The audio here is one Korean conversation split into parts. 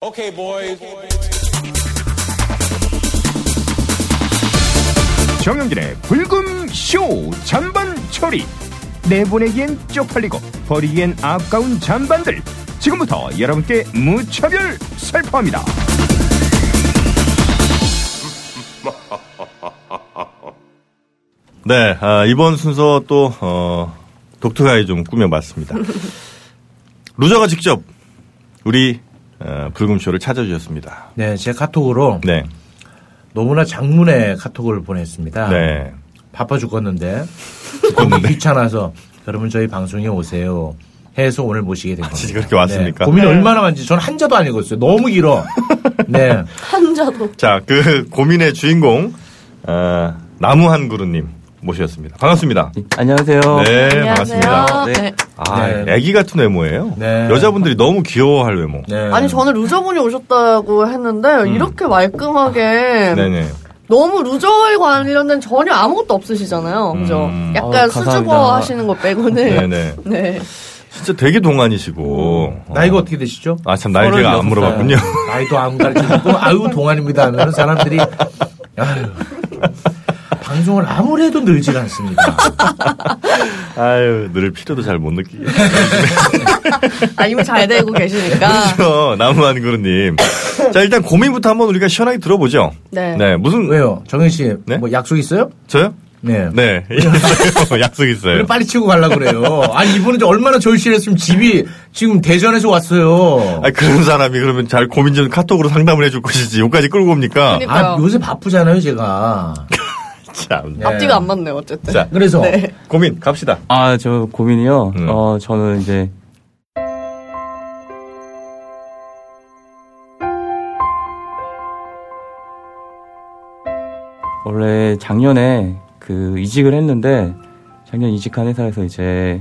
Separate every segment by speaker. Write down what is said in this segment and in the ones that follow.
Speaker 1: Okay, boys.
Speaker 2: 정영진의 불금 쇼 잔반 처리 내보내기엔 쪽팔리고 버리기엔 아까운 잔반들 지금부터 여러분께 무차별 살포합니다.
Speaker 3: 네, 아, 이번 순서 또, 어, 독특하게 좀 꾸며봤습니다. 루저가 직접 우리 어, 불금쇼를 찾아주셨습니다.
Speaker 4: 네, 제 카톡으로
Speaker 3: 네,
Speaker 4: 너무나 장문의 카톡을 보냈습니다.
Speaker 3: 네.
Speaker 4: 바빠 죽겠는데 죽겠는데 귀찮아서 그러면 저희 방송에 오세요. 해서 오늘 모시게 된 겁니다.
Speaker 3: 진짜 그렇게 왔습니까?
Speaker 4: 네, 고민이 얼마나 많은지 저는 한 자도 안 읽었어요. 너무 길어. 네.
Speaker 5: 한자도.
Speaker 3: 자, 그 고민의 주인공, 어, 나무한 그루님 모셨습니다. 반갑습니다.
Speaker 6: 안녕하세요.
Speaker 3: 네, 반갑습니다.
Speaker 5: 안녕하세요.
Speaker 6: 네.
Speaker 5: 네.
Speaker 3: 아,
Speaker 4: 네.
Speaker 3: 애기 같은 외모예요.
Speaker 4: 네.
Speaker 3: 여자분들이 너무 귀여워할 외모.
Speaker 4: 네.
Speaker 5: 아니 저는 루저분이 오셨다고 했는데 이렇게 말끔하게
Speaker 3: 음. 네네.
Speaker 5: 너무 루저에 관련된 전혀 아무것도 없으시잖아요. 그죠?
Speaker 3: 음.
Speaker 5: 약간
Speaker 6: 어,
Speaker 5: 수줍어
Speaker 6: 감사합니다.
Speaker 5: 하시는 것 빼고는
Speaker 3: 네네.
Speaker 5: 네.
Speaker 3: 진짜 되게 동안이시고.
Speaker 4: 나이가 어떻게 되시죠?
Speaker 3: 아, 참, 나이가 안
Speaker 6: 36 살.
Speaker 3: 물어봤군요.
Speaker 4: 나이도 안 가르치고 아유 동안입니다 하면 사람들이 아유 방송을 아무래도 늘지가 않습니다.
Speaker 3: 아유, 늘 필요도 잘 못 느끼게.
Speaker 5: 아 이미 잘 되고 계시니까.
Speaker 3: 그렇죠. 나무한 그루님. 자, 일단 고민부터 한번 우리가 시원하게 들어보죠.
Speaker 5: 네.
Speaker 3: 무슨.
Speaker 4: 왜요, 정현 씨?
Speaker 3: 네?
Speaker 4: 뭐 약속 있어요?
Speaker 3: 저요?
Speaker 4: 네.
Speaker 3: 네. 있어요. 약속
Speaker 4: 그래
Speaker 3: 있어요.
Speaker 4: 빨리 치고 가려고 그래요. 아니 이분은 이제 얼마나 절실했으면 집이 지금 대전에서 왔어요.
Speaker 3: 아, 그런 사람이 그러면 잘 고민 좀 카톡으로 상담을 해줄 것이지. 여기까지 끌고 옵니까?
Speaker 5: 그러니까-
Speaker 4: 아 요새 바쁘잖아요 제가.
Speaker 3: 참.
Speaker 4: 네.
Speaker 5: 앞뒤가 안 맞네요. 어쨌든.
Speaker 3: 자,
Speaker 4: 그래서
Speaker 5: 네.
Speaker 3: 고민 갑시다.
Speaker 6: 아, 저 고민이요.
Speaker 3: 음.
Speaker 6: 어, 저는 이제 원래 작년에 그 이직을 했는데 작년 이직한 회사에서 이제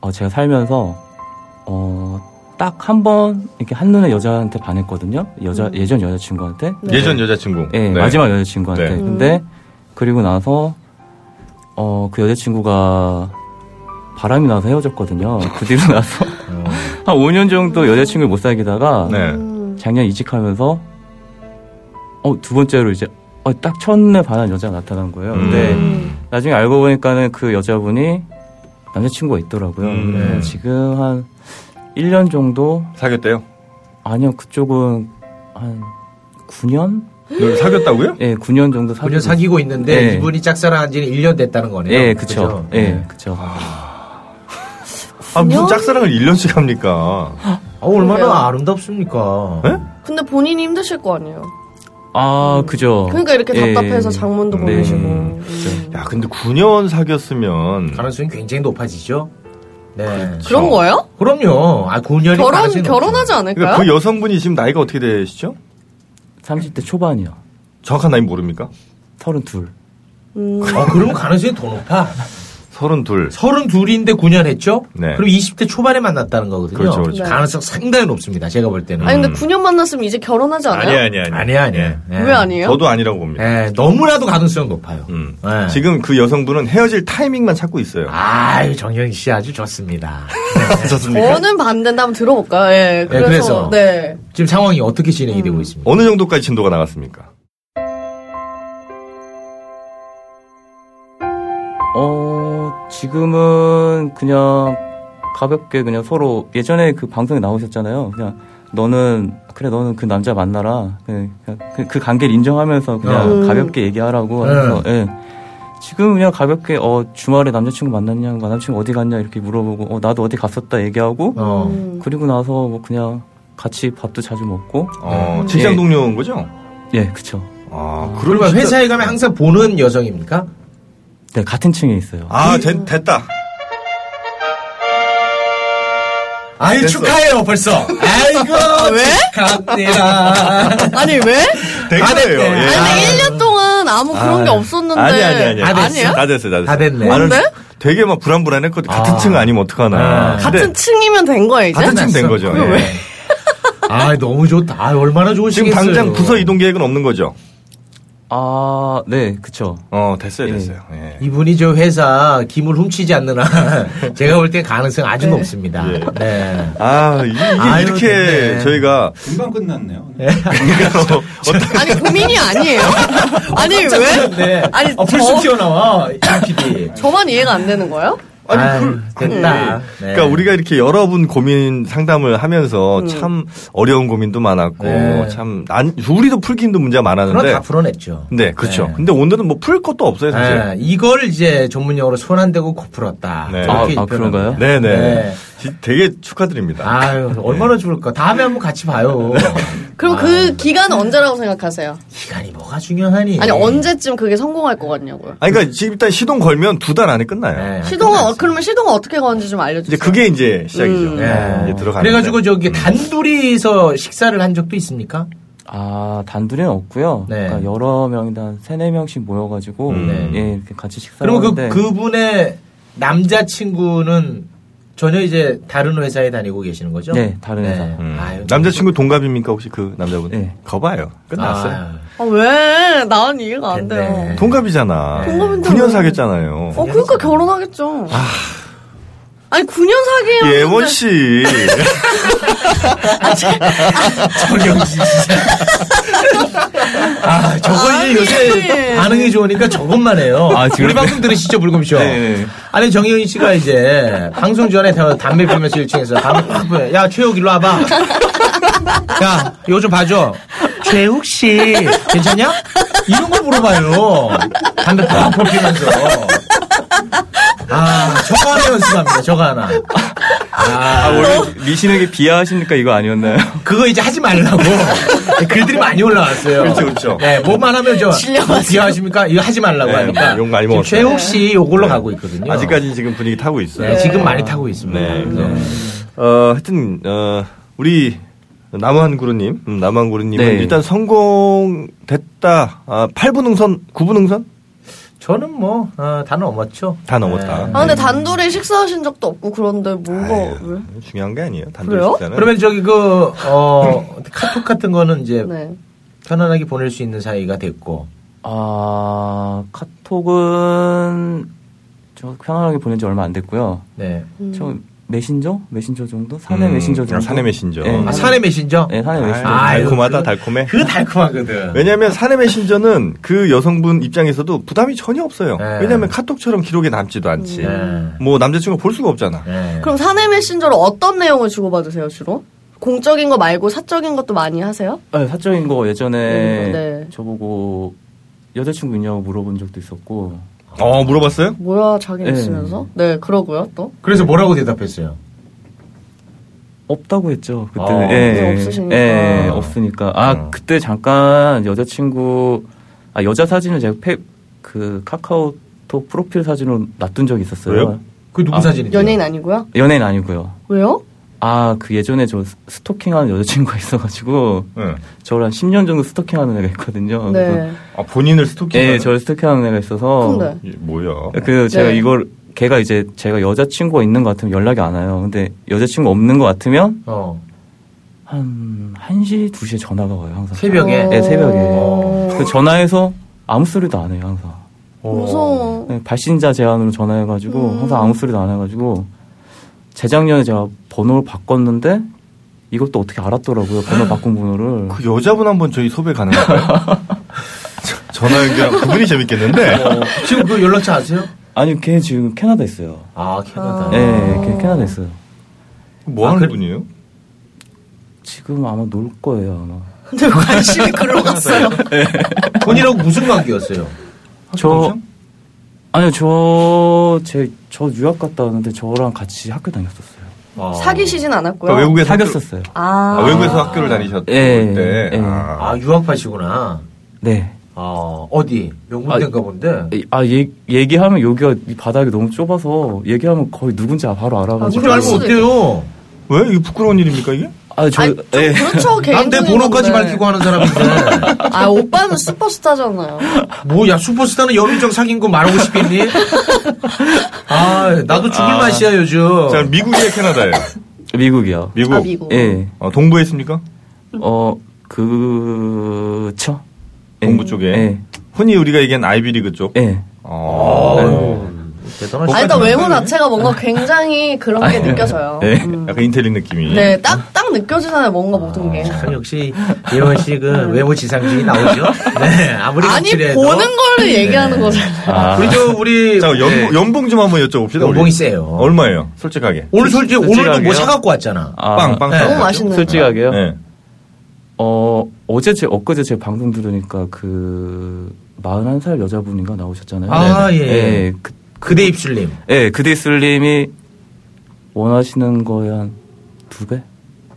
Speaker 6: 어, 제가 살면서 어, 딱 한 번 이렇게 한눈에 여자한테 반했거든요. 여자 예전 여자친구한테.
Speaker 5: 네.
Speaker 3: 예전 여자친구.
Speaker 6: 예, 마지막 여자친구한테.
Speaker 3: 네.
Speaker 6: 근데 그리고 나서 어, 그 여자친구가 바람이 나서 헤어졌거든요. 그 뒤로 나서 한 5년 정도 여자친구를 못 사귀다가
Speaker 3: 네.
Speaker 5: 음.
Speaker 6: 작년 이직하면서 어, 두 번째로 이제 어, 딱 첫눈에 반한 여자가 나타난 거예요. 근데
Speaker 5: 음.
Speaker 6: 나중에 알고 보니까는 그 여자분이 남자친구가 있더라고요.
Speaker 3: 음.
Speaker 6: 그래서 지금 한 1년 정도
Speaker 3: 사귀었대요.
Speaker 6: 아니요, 그쪽은 한 9년?
Speaker 3: 너 사귀었다고요?
Speaker 6: 예, 9년 정도 사귀고
Speaker 4: 그녀 사귀고 있는데
Speaker 6: 네.
Speaker 4: 이분이 짝사랑한 지는 1년 됐다는 거네요.
Speaker 6: 예, 그쵸.
Speaker 4: 그죠?
Speaker 6: 예, 그쵸.
Speaker 3: 아, 무슨 짝사랑을 1년씩 합니까?
Speaker 4: 아, 얼마나
Speaker 5: 그래요?
Speaker 4: 아름답습니까?
Speaker 3: 네?
Speaker 5: 근데 본인이 힘드실 거 아니에요.
Speaker 6: 아,
Speaker 3: 어.
Speaker 6: 그죠.
Speaker 5: 그러니까 이렇게
Speaker 6: 예.
Speaker 5: 답답해서 장문도
Speaker 6: 네. 그렇죠.
Speaker 5: 보내시고.
Speaker 3: 음.
Speaker 5: 음.
Speaker 3: 야, 근데 9년 사귀었으면.
Speaker 4: 가능성이 굉장히 높아지죠. 네.
Speaker 3: 어.
Speaker 5: 그런 거예요?
Speaker 4: 그럼요. 아 9년이
Speaker 5: 그렇죠. 결혼 결혼하지
Speaker 3: 그러니까
Speaker 5: 않을까요?
Speaker 3: 그 여성분이 지금 나이가 어떻게 되시죠?
Speaker 6: 30대 초반이요.
Speaker 3: 정확한 나이 모릅니까?
Speaker 6: 32.
Speaker 5: 음.
Speaker 4: 어 그러면 가능성이 더 높아.
Speaker 3: 32.
Speaker 4: 32인데 9년 했죠?
Speaker 3: 네.
Speaker 4: 그럼 20대 초반에 만났다는 거거든요.
Speaker 3: 그렇죠, 그렇죠.
Speaker 5: 네.
Speaker 4: 가능성 상당히 높습니다. 제가 볼 때는.
Speaker 5: 아니 근데 9년 만났으면 이제 결혼하지 않아요?
Speaker 3: 음. 아니야.
Speaker 4: 아니야, 아니야. 예.
Speaker 5: 왜 아니에요?
Speaker 3: 저도 아니라고 봅니다.
Speaker 4: 예, 너무나도 가능성 높아요.
Speaker 3: 음.
Speaker 4: 예.
Speaker 3: 지금 그 여성분은 헤어질 타이밍만 찾고 있어요.
Speaker 4: 아유, 정영희 씨 아주 좋습니다. 네.
Speaker 3: 좋습니까?
Speaker 5: 저는 반대인데 한번 들어볼까요? 예.
Speaker 4: 네,
Speaker 5: 그래서
Speaker 4: 그래서.
Speaker 5: 네.
Speaker 4: 지금 상황이 어떻게 진행이
Speaker 5: 음.
Speaker 4: 되고 있습니까?
Speaker 3: 어느 정도까지 진도가 나갔습니까?
Speaker 6: 어, 지금은 그냥 가볍게 그냥 서로 예전에 그 방송에 나오셨잖아요. 그냥 너는 그래 너는 그 남자 만나라. 그- 그냥 그, 그 관계를 인정하면서 그냥
Speaker 5: 음.
Speaker 6: 가볍게 얘기하라고
Speaker 4: 네.
Speaker 6: 하면서 예. 지금 그냥 가볍게 어 주말에 남자친구 만났냐, 남자친구 어디 갔냐 이렇게 물어보고 어 나도 어디 갔었다 얘기하고
Speaker 4: 어.
Speaker 5: 음.
Speaker 6: 그리고 나서 뭐 그냥 같이 밥도 자주 먹고
Speaker 3: 어, 직장
Speaker 6: 예.
Speaker 3: 동료인 거죠?
Speaker 6: 예 그쵸
Speaker 3: 아,
Speaker 4: 그러면 회사에 가면 항상 보는 여성입니까?
Speaker 6: 네 같은 층에 있어요
Speaker 3: 아, 된- 됐다.
Speaker 4: 아유,
Speaker 3: 됐어.
Speaker 4: 축하해요, 벌써. 아이고,
Speaker 5: 왜?
Speaker 4: 축하합니다.
Speaker 5: 아니 왜?
Speaker 3: 된 거예요.
Speaker 4: 다 됐대.
Speaker 3: 예.
Speaker 4: 아,
Speaker 5: 아니 1년 동안 아무 그런 게 없었는데
Speaker 3: 아니, 아니, 아니. 네,
Speaker 4: 다 됐어.
Speaker 5: 에요
Speaker 3: 다 됐어요, 다 됐어요.
Speaker 4: 다 됐네.
Speaker 3: 나는
Speaker 5: 뭔데?
Speaker 3: 되게 막 불안불안했거든. 같은 층 아니면 어떡하나.
Speaker 4: 아.
Speaker 3: 근데
Speaker 5: 같은 층이면 된 거야 이제?
Speaker 3: 네.
Speaker 5: 네.
Speaker 3: 같은 층 된 거죠.
Speaker 4: 그거
Speaker 3: 예.
Speaker 4: 왜? 아, 너무 좋다. 아, 얼마나
Speaker 3: 지금
Speaker 4: 좋으시겠어요.
Speaker 3: 당장 부서 이동 계획은 없는 거죠?
Speaker 6: 아, 네, 그쵸.
Speaker 3: 어, 됐어요,
Speaker 6: 예.
Speaker 3: 됐어요. 예.
Speaker 4: 이분이 저 회사 김을 훔치지 않는 한 제가 볼 땐 가능성 아주
Speaker 5: 네.
Speaker 4: 높습니다. 네.
Speaker 3: 아, 이,
Speaker 4: 아유,
Speaker 3: 렇게
Speaker 4: 근데.
Speaker 3: 저희가 어,
Speaker 1: 금방 끝났네요.
Speaker 5: 아니 고민이 아니에요. 아니 왜? 아니
Speaker 4: 어,
Speaker 5: 저,
Speaker 4: 불쑥 튀어나와 이 PD.
Speaker 5: 저만 이해가 안 되는 거예요?
Speaker 3: 아니,
Speaker 4: 아유,
Speaker 3: 그-
Speaker 4: 됐다.
Speaker 3: 그-
Speaker 4: 네.
Speaker 3: 그러니까 우리가 이렇게 여러분 고민 상담을 하면서 참 어려운 고민도 많았고
Speaker 4: 음. 네.
Speaker 3: 참 난, 우리도 풀기 힘든 문제가
Speaker 4: 그건
Speaker 3: 많았는데
Speaker 4: 다 풀어냈죠.
Speaker 3: 네, 그렇죠.
Speaker 4: 네.
Speaker 3: 근데 오늘은 뭐 풀 것도 없어요, 사실.
Speaker 4: 네, 이걸 이제 전문용어로 손 안 대고 코 풀었다.
Speaker 3: 네.
Speaker 6: 아,
Speaker 4: 이렇게 표현합니다.
Speaker 6: 아, 그런가요?
Speaker 3: 네, 네.
Speaker 4: 네.
Speaker 3: 지- 되게 축하드립니다.
Speaker 4: 아유, 얼마나 좋을까. 다음에 한번 같이 봐요.
Speaker 3: 네.
Speaker 5: 그럼
Speaker 3: 아.
Speaker 5: 그 기간은 언제라고 생각하세요?
Speaker 4: 기간이 뭐가 중요하니?
Speaker 3: 예.
Speaker 5: 아니 언제쯤 그게 성공할 것 같냐고요.
Speaker 3: 아, 그러니까 지금 일단 시동 걸면 두 달 안에 끝나요.
Speaker 4: 네,
Speaker 5: 시동은 어,
Speaker 4: 끝났어.
Speaker 5: 그러면 시동은 어떻게 거는지 좀
Speaker 3: 이제
Speaker 5: 알려주세요.
Speaker 3: 예, 그게 이제 시작이죠.
Speaker 4: 네.
Speaker 3: 이제 들어가는.
Speaker 4: 그래가지고 저기 단둘이서 식사를 한 적도 있습니까?
Speaker 6: 아, 단둘이는 없고요.
Speaker 4: 네.
Speaker 6: 그러니까 여러 명이 한 세네 명씩 모여가지고,
Speaker 3: 음.
Speaker 6: 예, 이렇게 같이 식사를
Speaker 4: 그리고 그,
Speaker 6: 하는데.
Speaker 4: 그분의 남자친구는 전혀 이제 다른 회사에 다니고 계시는 거죠?
Speaker 6: 네, 다른 회사.
Speaker 3: 음.
Speaker 4: 아유,
Speaker 3: 남자친구 동갑입니까 혹시 그 남자분?
Speaker 6: 네.
Speaker 3: 거봐요. 끝났어요.
Speaker 4: 아유,
Speaker 5: 아, 왜? 난 이해가 안
Speaker 4: 됐네. 네.
Speaker 5: 돼요.
Speaker 3: 동갑이잖아.
Speaker 5: 동갑인데
Speaker 3: 9년
Speaker 5: 왜?
Speaker 3: 사귀었잖아요.
Speaker 5: 어 그러니까 결혼하겠죠. 아니 9년 사귀었는데
Speaker 3: 아. 예원 씨.
Speaker 4: 정영진 진짜. 아, 저거
Speaker 5: 아니.
Speaker 4: 이제 요새 반응이 좋으니까 저것만 해요.
Speaker 6: 아, 지금?
Speaker 4: 우리 방송 들으시죠, 불금쇼.
Speaker 6: 네.
Speaker 4: 아니, 정영진 씨가 이제 방송 전에 다- 담배 피면서 1층에서 담배 확 보여. 야, 최욱 일로 와봐. 야, 이거 좀 봐줘. 최욱 씨, 괜찮냐? 이런 걸 물어봐요. 담배 팍팍 피면서. 아, 저거 하나 연습합니다, 저거 하나.
Speaker 6: 아,
Speaker 3: 어?
Speaker 4: 어?
Speaker 6: 원래 미신에게 비하하시니까 이거 아니었나요?
Speaker 4: 그거 이제 하지 말라고 글들이 많이 올라왔어요.
Speaker 3: 그렇죠, 그렇죠.
Speaker 4: 네, 뭐만 하면 저
Speaker 5: 질려가지고.
Speaker 4: 뭐 비하하십니까? 이거 하지 말라고
Speaker 3: 네,
Speaker 4: 하니까.
Speaker 3: 욕 많이
Speaker 4: 지금
Speaker 3: 먹었어요. 네.
Speaker 4: 최욱 씨 요걸로 가고 있거든요.
Speaker 3: 아직까지 지금 분위기 타고 있어요.
Speaker 4: 네, 지금 많이 타고 있습니다.
Speaker 3: 네.
Speaker 4: 그래서
Speaker 3: 어, 하여튼, 어, 우리 남한구루님, 음, 남한구루님은
Speaker 6: 네.
Speaker 3: 일단 성공됐다. 아, 8분 응선, 9분 응선?
Speaker 4: 저는 뭐 어, 다 넘었죠. 네.
Speaker 3: 다 넘었다.
Speaker 5: 아 근데 단둘이 식사하신 적도 없고 그런데 뭐가
Speaker 3: 아유,
Speaker 5: 왜?
Speaker 3: 중요한 게 아니에요. 단독
Speaker 5: 그래요?
Speaker 3: 식사는.
Speaker 4: 그러면 저기 그 어, 카톡 같은 거는 이제
Speaker 5: 네.
Speaker 4: 편안하게 보낼 수 있는 사이가 됐고.
Speaker 6: 아, 카톡은 저 편안하게 보낸 지 얼마 안 됐고요.
Speaker 4: 네.
Speaker 5: 음.
Speaker 6: 저 메신저? 메신저 정도? 사내
Speaker 3: 음,
Speaker 6: 메신저 정도?
Speaker 3: 사내 메신저.
Speaker 6: 예,
Speaker 3: 아,
Speaker 4: 아, 사내 메신저.
Speaker 6: 예, 사내
Speaker 3: 아유,
Speaker 6: 메신저.
Speaker 4: 아유,
Speaker 3: 달콤하다,
Speaker 4: 그-
Speaker 3: 달콤해.
Speaker 4: 그거 음. 달콤하거든.
Speaker 3: 왜냐하면 사내 메신저는 그 여성분 입장에서도 부담이 전혀 없어요.
Speaker 4: 네.
Speaker 3: 왜냐하면 카톡처럼 기록에 남지도 않지.
Speaker 4: 네.
Speaker 3: 뭐 남자친구 볼 수가 없잖아.
Speaker 4: 네.
Speaker 5: 그럼 사내 메신저로 어떤 내용을 주고받으세요 주로? 공적인 거 말고 사적인 것도 많이 하세요?
Speaker 6: 네, 사적인 거 예전에
Speaker 5: 음, 네.
Speaker 6: 저보고 여자친구 있냐고 물어본 적도 있었고
Speaker 3: 어 물어봤어요?
Speaker 5: 뭐야 자기
Speaker 6: 네.
Speaker 5: 있으면서? 네 그러고요 또.
Speaker 4: 그래서 뭐라고 대답했어요?
Speaker 6: 없다고 했죠 그때
Speaker 4: 아,
Speaker 5: 이제 없으시니까.
Speaker 6: 예, 없으니까 아 그때 잠깐 여자친구 아 여자 사진을 제가 페, 그 카카오톡 프로필 사진으로 놔둔 적이 있었어요
Speaker 3: 왜요?
Speaker 4: 그 누구
Speaker 6: 아,
Speaker 4: 사진인데?
Speaker 5: 연예인 아니고요?
Speaker 6: 연예인 아니고요
Speaker 5: 왜요?
Speaker 6: 아 그 예전에 저 스- 스토킹하는 여자친구가 있어가지고
Speaker 3: 응.
Speaker 6: 저를 한 10년 정도 스토킹하는 애가 있거든요 그래서-
Speaker 5: 네.
Speaker 3: 아 본인을 스토킹.
Speaker 6: 예 저를 스토킹하는 애가 있어서
Speaker 5: 근데
Speaker 3: 뭐야?
Speaker 6: 그 제가
Speaker 5: 네.
Speaker 6: 이걸 걔가 이제 제가 여자친구가 있는 것 같으면 연락이 안 와요. 근데 여자친구 없는 것 같으면
Speaker 4: 어.
Speaker 6: 한 1시, 2시에 전화가 와요, 항상.
Speaker 4: 새벽에?
Speaker 6: 네, 새벽에.
Speaker 5: 어.
Speaker 6: 그 전화해서 아무 소리도 안 해요, 항상.
Speaker 4: 어.
Speaker 5: 무서워.
Speaker 6: 네, 발신자 제한으로 전화해가지고
Speaker 5: 음.
Speaker 6: 항상 아무 소리도 안 해가지고 재작년에 제가 번호를 바꿨는데 이것도 어떻게 알았더라고요, 번호 바꾼 번호를.
Speaker 3: 그 여자분 한번 저희 섭외 가능할까요? 저- 전화 연결 그분이 재밌겠는데.
Speaker 4: 어, 지금 그 연락처 아세요?
Speaker 6: 아니, 걔 지금 캐나다 있어요.
Speaker 4: 아 캐나다.
Speaker 6: 예, 네, 걔 캐나다 있어요.
Speaker 3: 뭐
Speaker 6: 아,
Speaker 3: 하는
Speaker 6: 그-
Speaker 3: 분이에요?
Speaker 6: 지금 아마 놀 거예요, 아마.
Speaker 5: 근데 관심이 글로 갔어요.
Speaker 4: 본인하고 무슨 관계였어요?
Speaker 6: 저 아니요 저 제 저 유학 갔다 왔는데 저랑 같이 학교 다녔었어요.
Speaker 4: 아.
Speaker 5: 사귀시진 않았고요.
Speaker 3: 그러니까 외국에서
Speaker 6: 사귀었었어요.
Speaker 5: 아,
Speaker 3: 학교, 아, 외국에서 학교를 다니셨을
Speaker 6: 예,
Speaker 3: 때.
Speaker 6: 예.
Speaker 3: 아.
Speaker 4: 아 유학파시구나.
Speaker 6: 네.
Speaker 4: 아 어디 영문대인가 본데.
Speaker 6: 아 얘, 얘기하면 여기가 이 바닥이 너무 좁아서 얘기하면 거의 누군지 바로
Speaker 5: 아,
Speaker 6: 알아가지고.
Speaker 4: 그걸 알면
Speaker 5: 수도
Speaker 4: 어때요?
Speaker 3: 왜? 이게 부끄러운 일입니까 이게?
Speaker 6: 아저
Speaker 5: 아니, 좀
Speaker 6: 예.
Speaker 5: 그렇죠 개인.
Speaker 4: 난 내 번호까지 밝히고 하는 사람인데.
Speaker 5: 아 오빠는 슈퍼스타잖아요.
Speaker 4: 뭐야 슈퍼스타는 여민정 사귄 거 말하고 싶겠니? 아 나도 죽을 맛이야 요즘. 음,
Speaker 3: 자 미국이에요 캐나다예요?
Speaker 6: 미국이요.
Speaker 3: 미국.
Speaker 5: 아 미국.
Speaker 6: 예.
Speaker 3: 어, 동부에 있습니까?
Speaker 6: 어 그쵸. 예.
Speaker 3: 동부 쪽에.
Speaker 6: 예.
Speaker 3: 흔히 우리가 얘기한 아이비리그 쪽.
Speaker 6: 예.
Speaker 3: 어,
Speaker 4: 뭐. 대단하시다.
Speaker 5: 아니, 일단 외모 자체가 뭔가 굉장히 그런 게 느껴져요.
Speaker 3: 예.
Speaker 6: 네.
Speaker 5: 음.
Speaker 3: 약간 인텔리 느낌이.
Speaker 5: 네, 딱, 딱 느껴지잖아요, 뭔가 모든 게.
Speaker 4: 참 역시 예원 씨 그 외모 지상주의 나오죠. 네, 아무리
Speaker 5: 음. 아니,
Speaker 4: 거칠해도.
Speaker 5: 보는 걸로 얘기하는 거잖아요.
Speaker 6: 아,
Speaker 4: 우리 저 우리
Speaker 3: 자, 연,
Speaker 6: 예.
Speaker 4: 네.
Speaker 3: 연봉 좀 한번 여쭤봅시다. 우리.
Speaker 4: 연봉이 세요.
Speaker 3: 얼마예요? 솔직하게.
Speaker 4: 오늘 솔직히 오늘도
Speaker 6: 솔직하게요?
Speaker 4: 뭐 사갖고 왔잖아.
Speaker 6: 아,
Speaker 3: 빵, 빵.
Speaker 4: 네.
Speaker 3: 사왔죠?
Speaker 5: 너무 맛있는.
Speaker 6: 솔직하게요.
Speaker 3: 네.
Speaker 6: 어, 어제 제 엊그제 제 방송 들으니까 그 41살 여자분인가 나오셨잖아요.
Speaker 4: 아,
Speaker 6: 네.
Speaker 4: 예.
Speaker 6: 예. 그,
Speaker 4: 그대 입술님.
Speaker 6: 예, 그디슬님이 원하시는 거에 한두 배?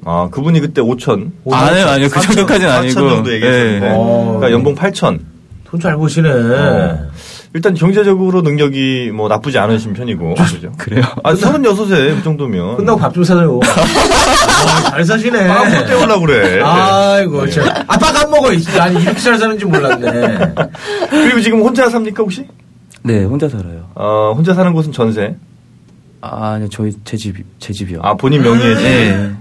Speaker 3: 아, 그분이 그때 5천.
Speaker 6: 아니요, 아니요. 그
Speaker 3: 4천,
Speaker 6: 정도까지는 아니고.
Speaker 3: 4천 정도 얘기했었는데.
Speaker 6: 예.
Speaker 4: 어.
Speaker 3: 그러니까 연봉 8천.
Speaker 4: 돈 잘 보시네. 어.
Speaker 3: 일단 경제적으로 능력이 뭐 나쁘지 않으신 편이고. 그죠?
Speaker 6: 그래요?
Speaker 3: 아, 36에 그 정도면.
Speaker 4: 끝나고 밥 좀 사줘요. 아, 어, 잘 사시네.
Speaker 3: 빵못 뭐 때우려고 그래.
Speaker 4: 아이고,
Speaker 3: 네.
Speaker 4: 참. 아, 밥 안 먹어. 이씨. 아니, 이렇게 잘 사는지 몰랐네.
Speaker 3: 그리고 지금 혼자 삽니까, 혹시?
Speaker 6: 네, 혼자 살아요.
Speaker 3: 어, 혼자 사는 곳은 전세.
Speaker 6: 아, 아니요. 저희 제 집, 제 집이요.
Speaker 3: 아, 본인 명의의 집.
Speaker 6: 네.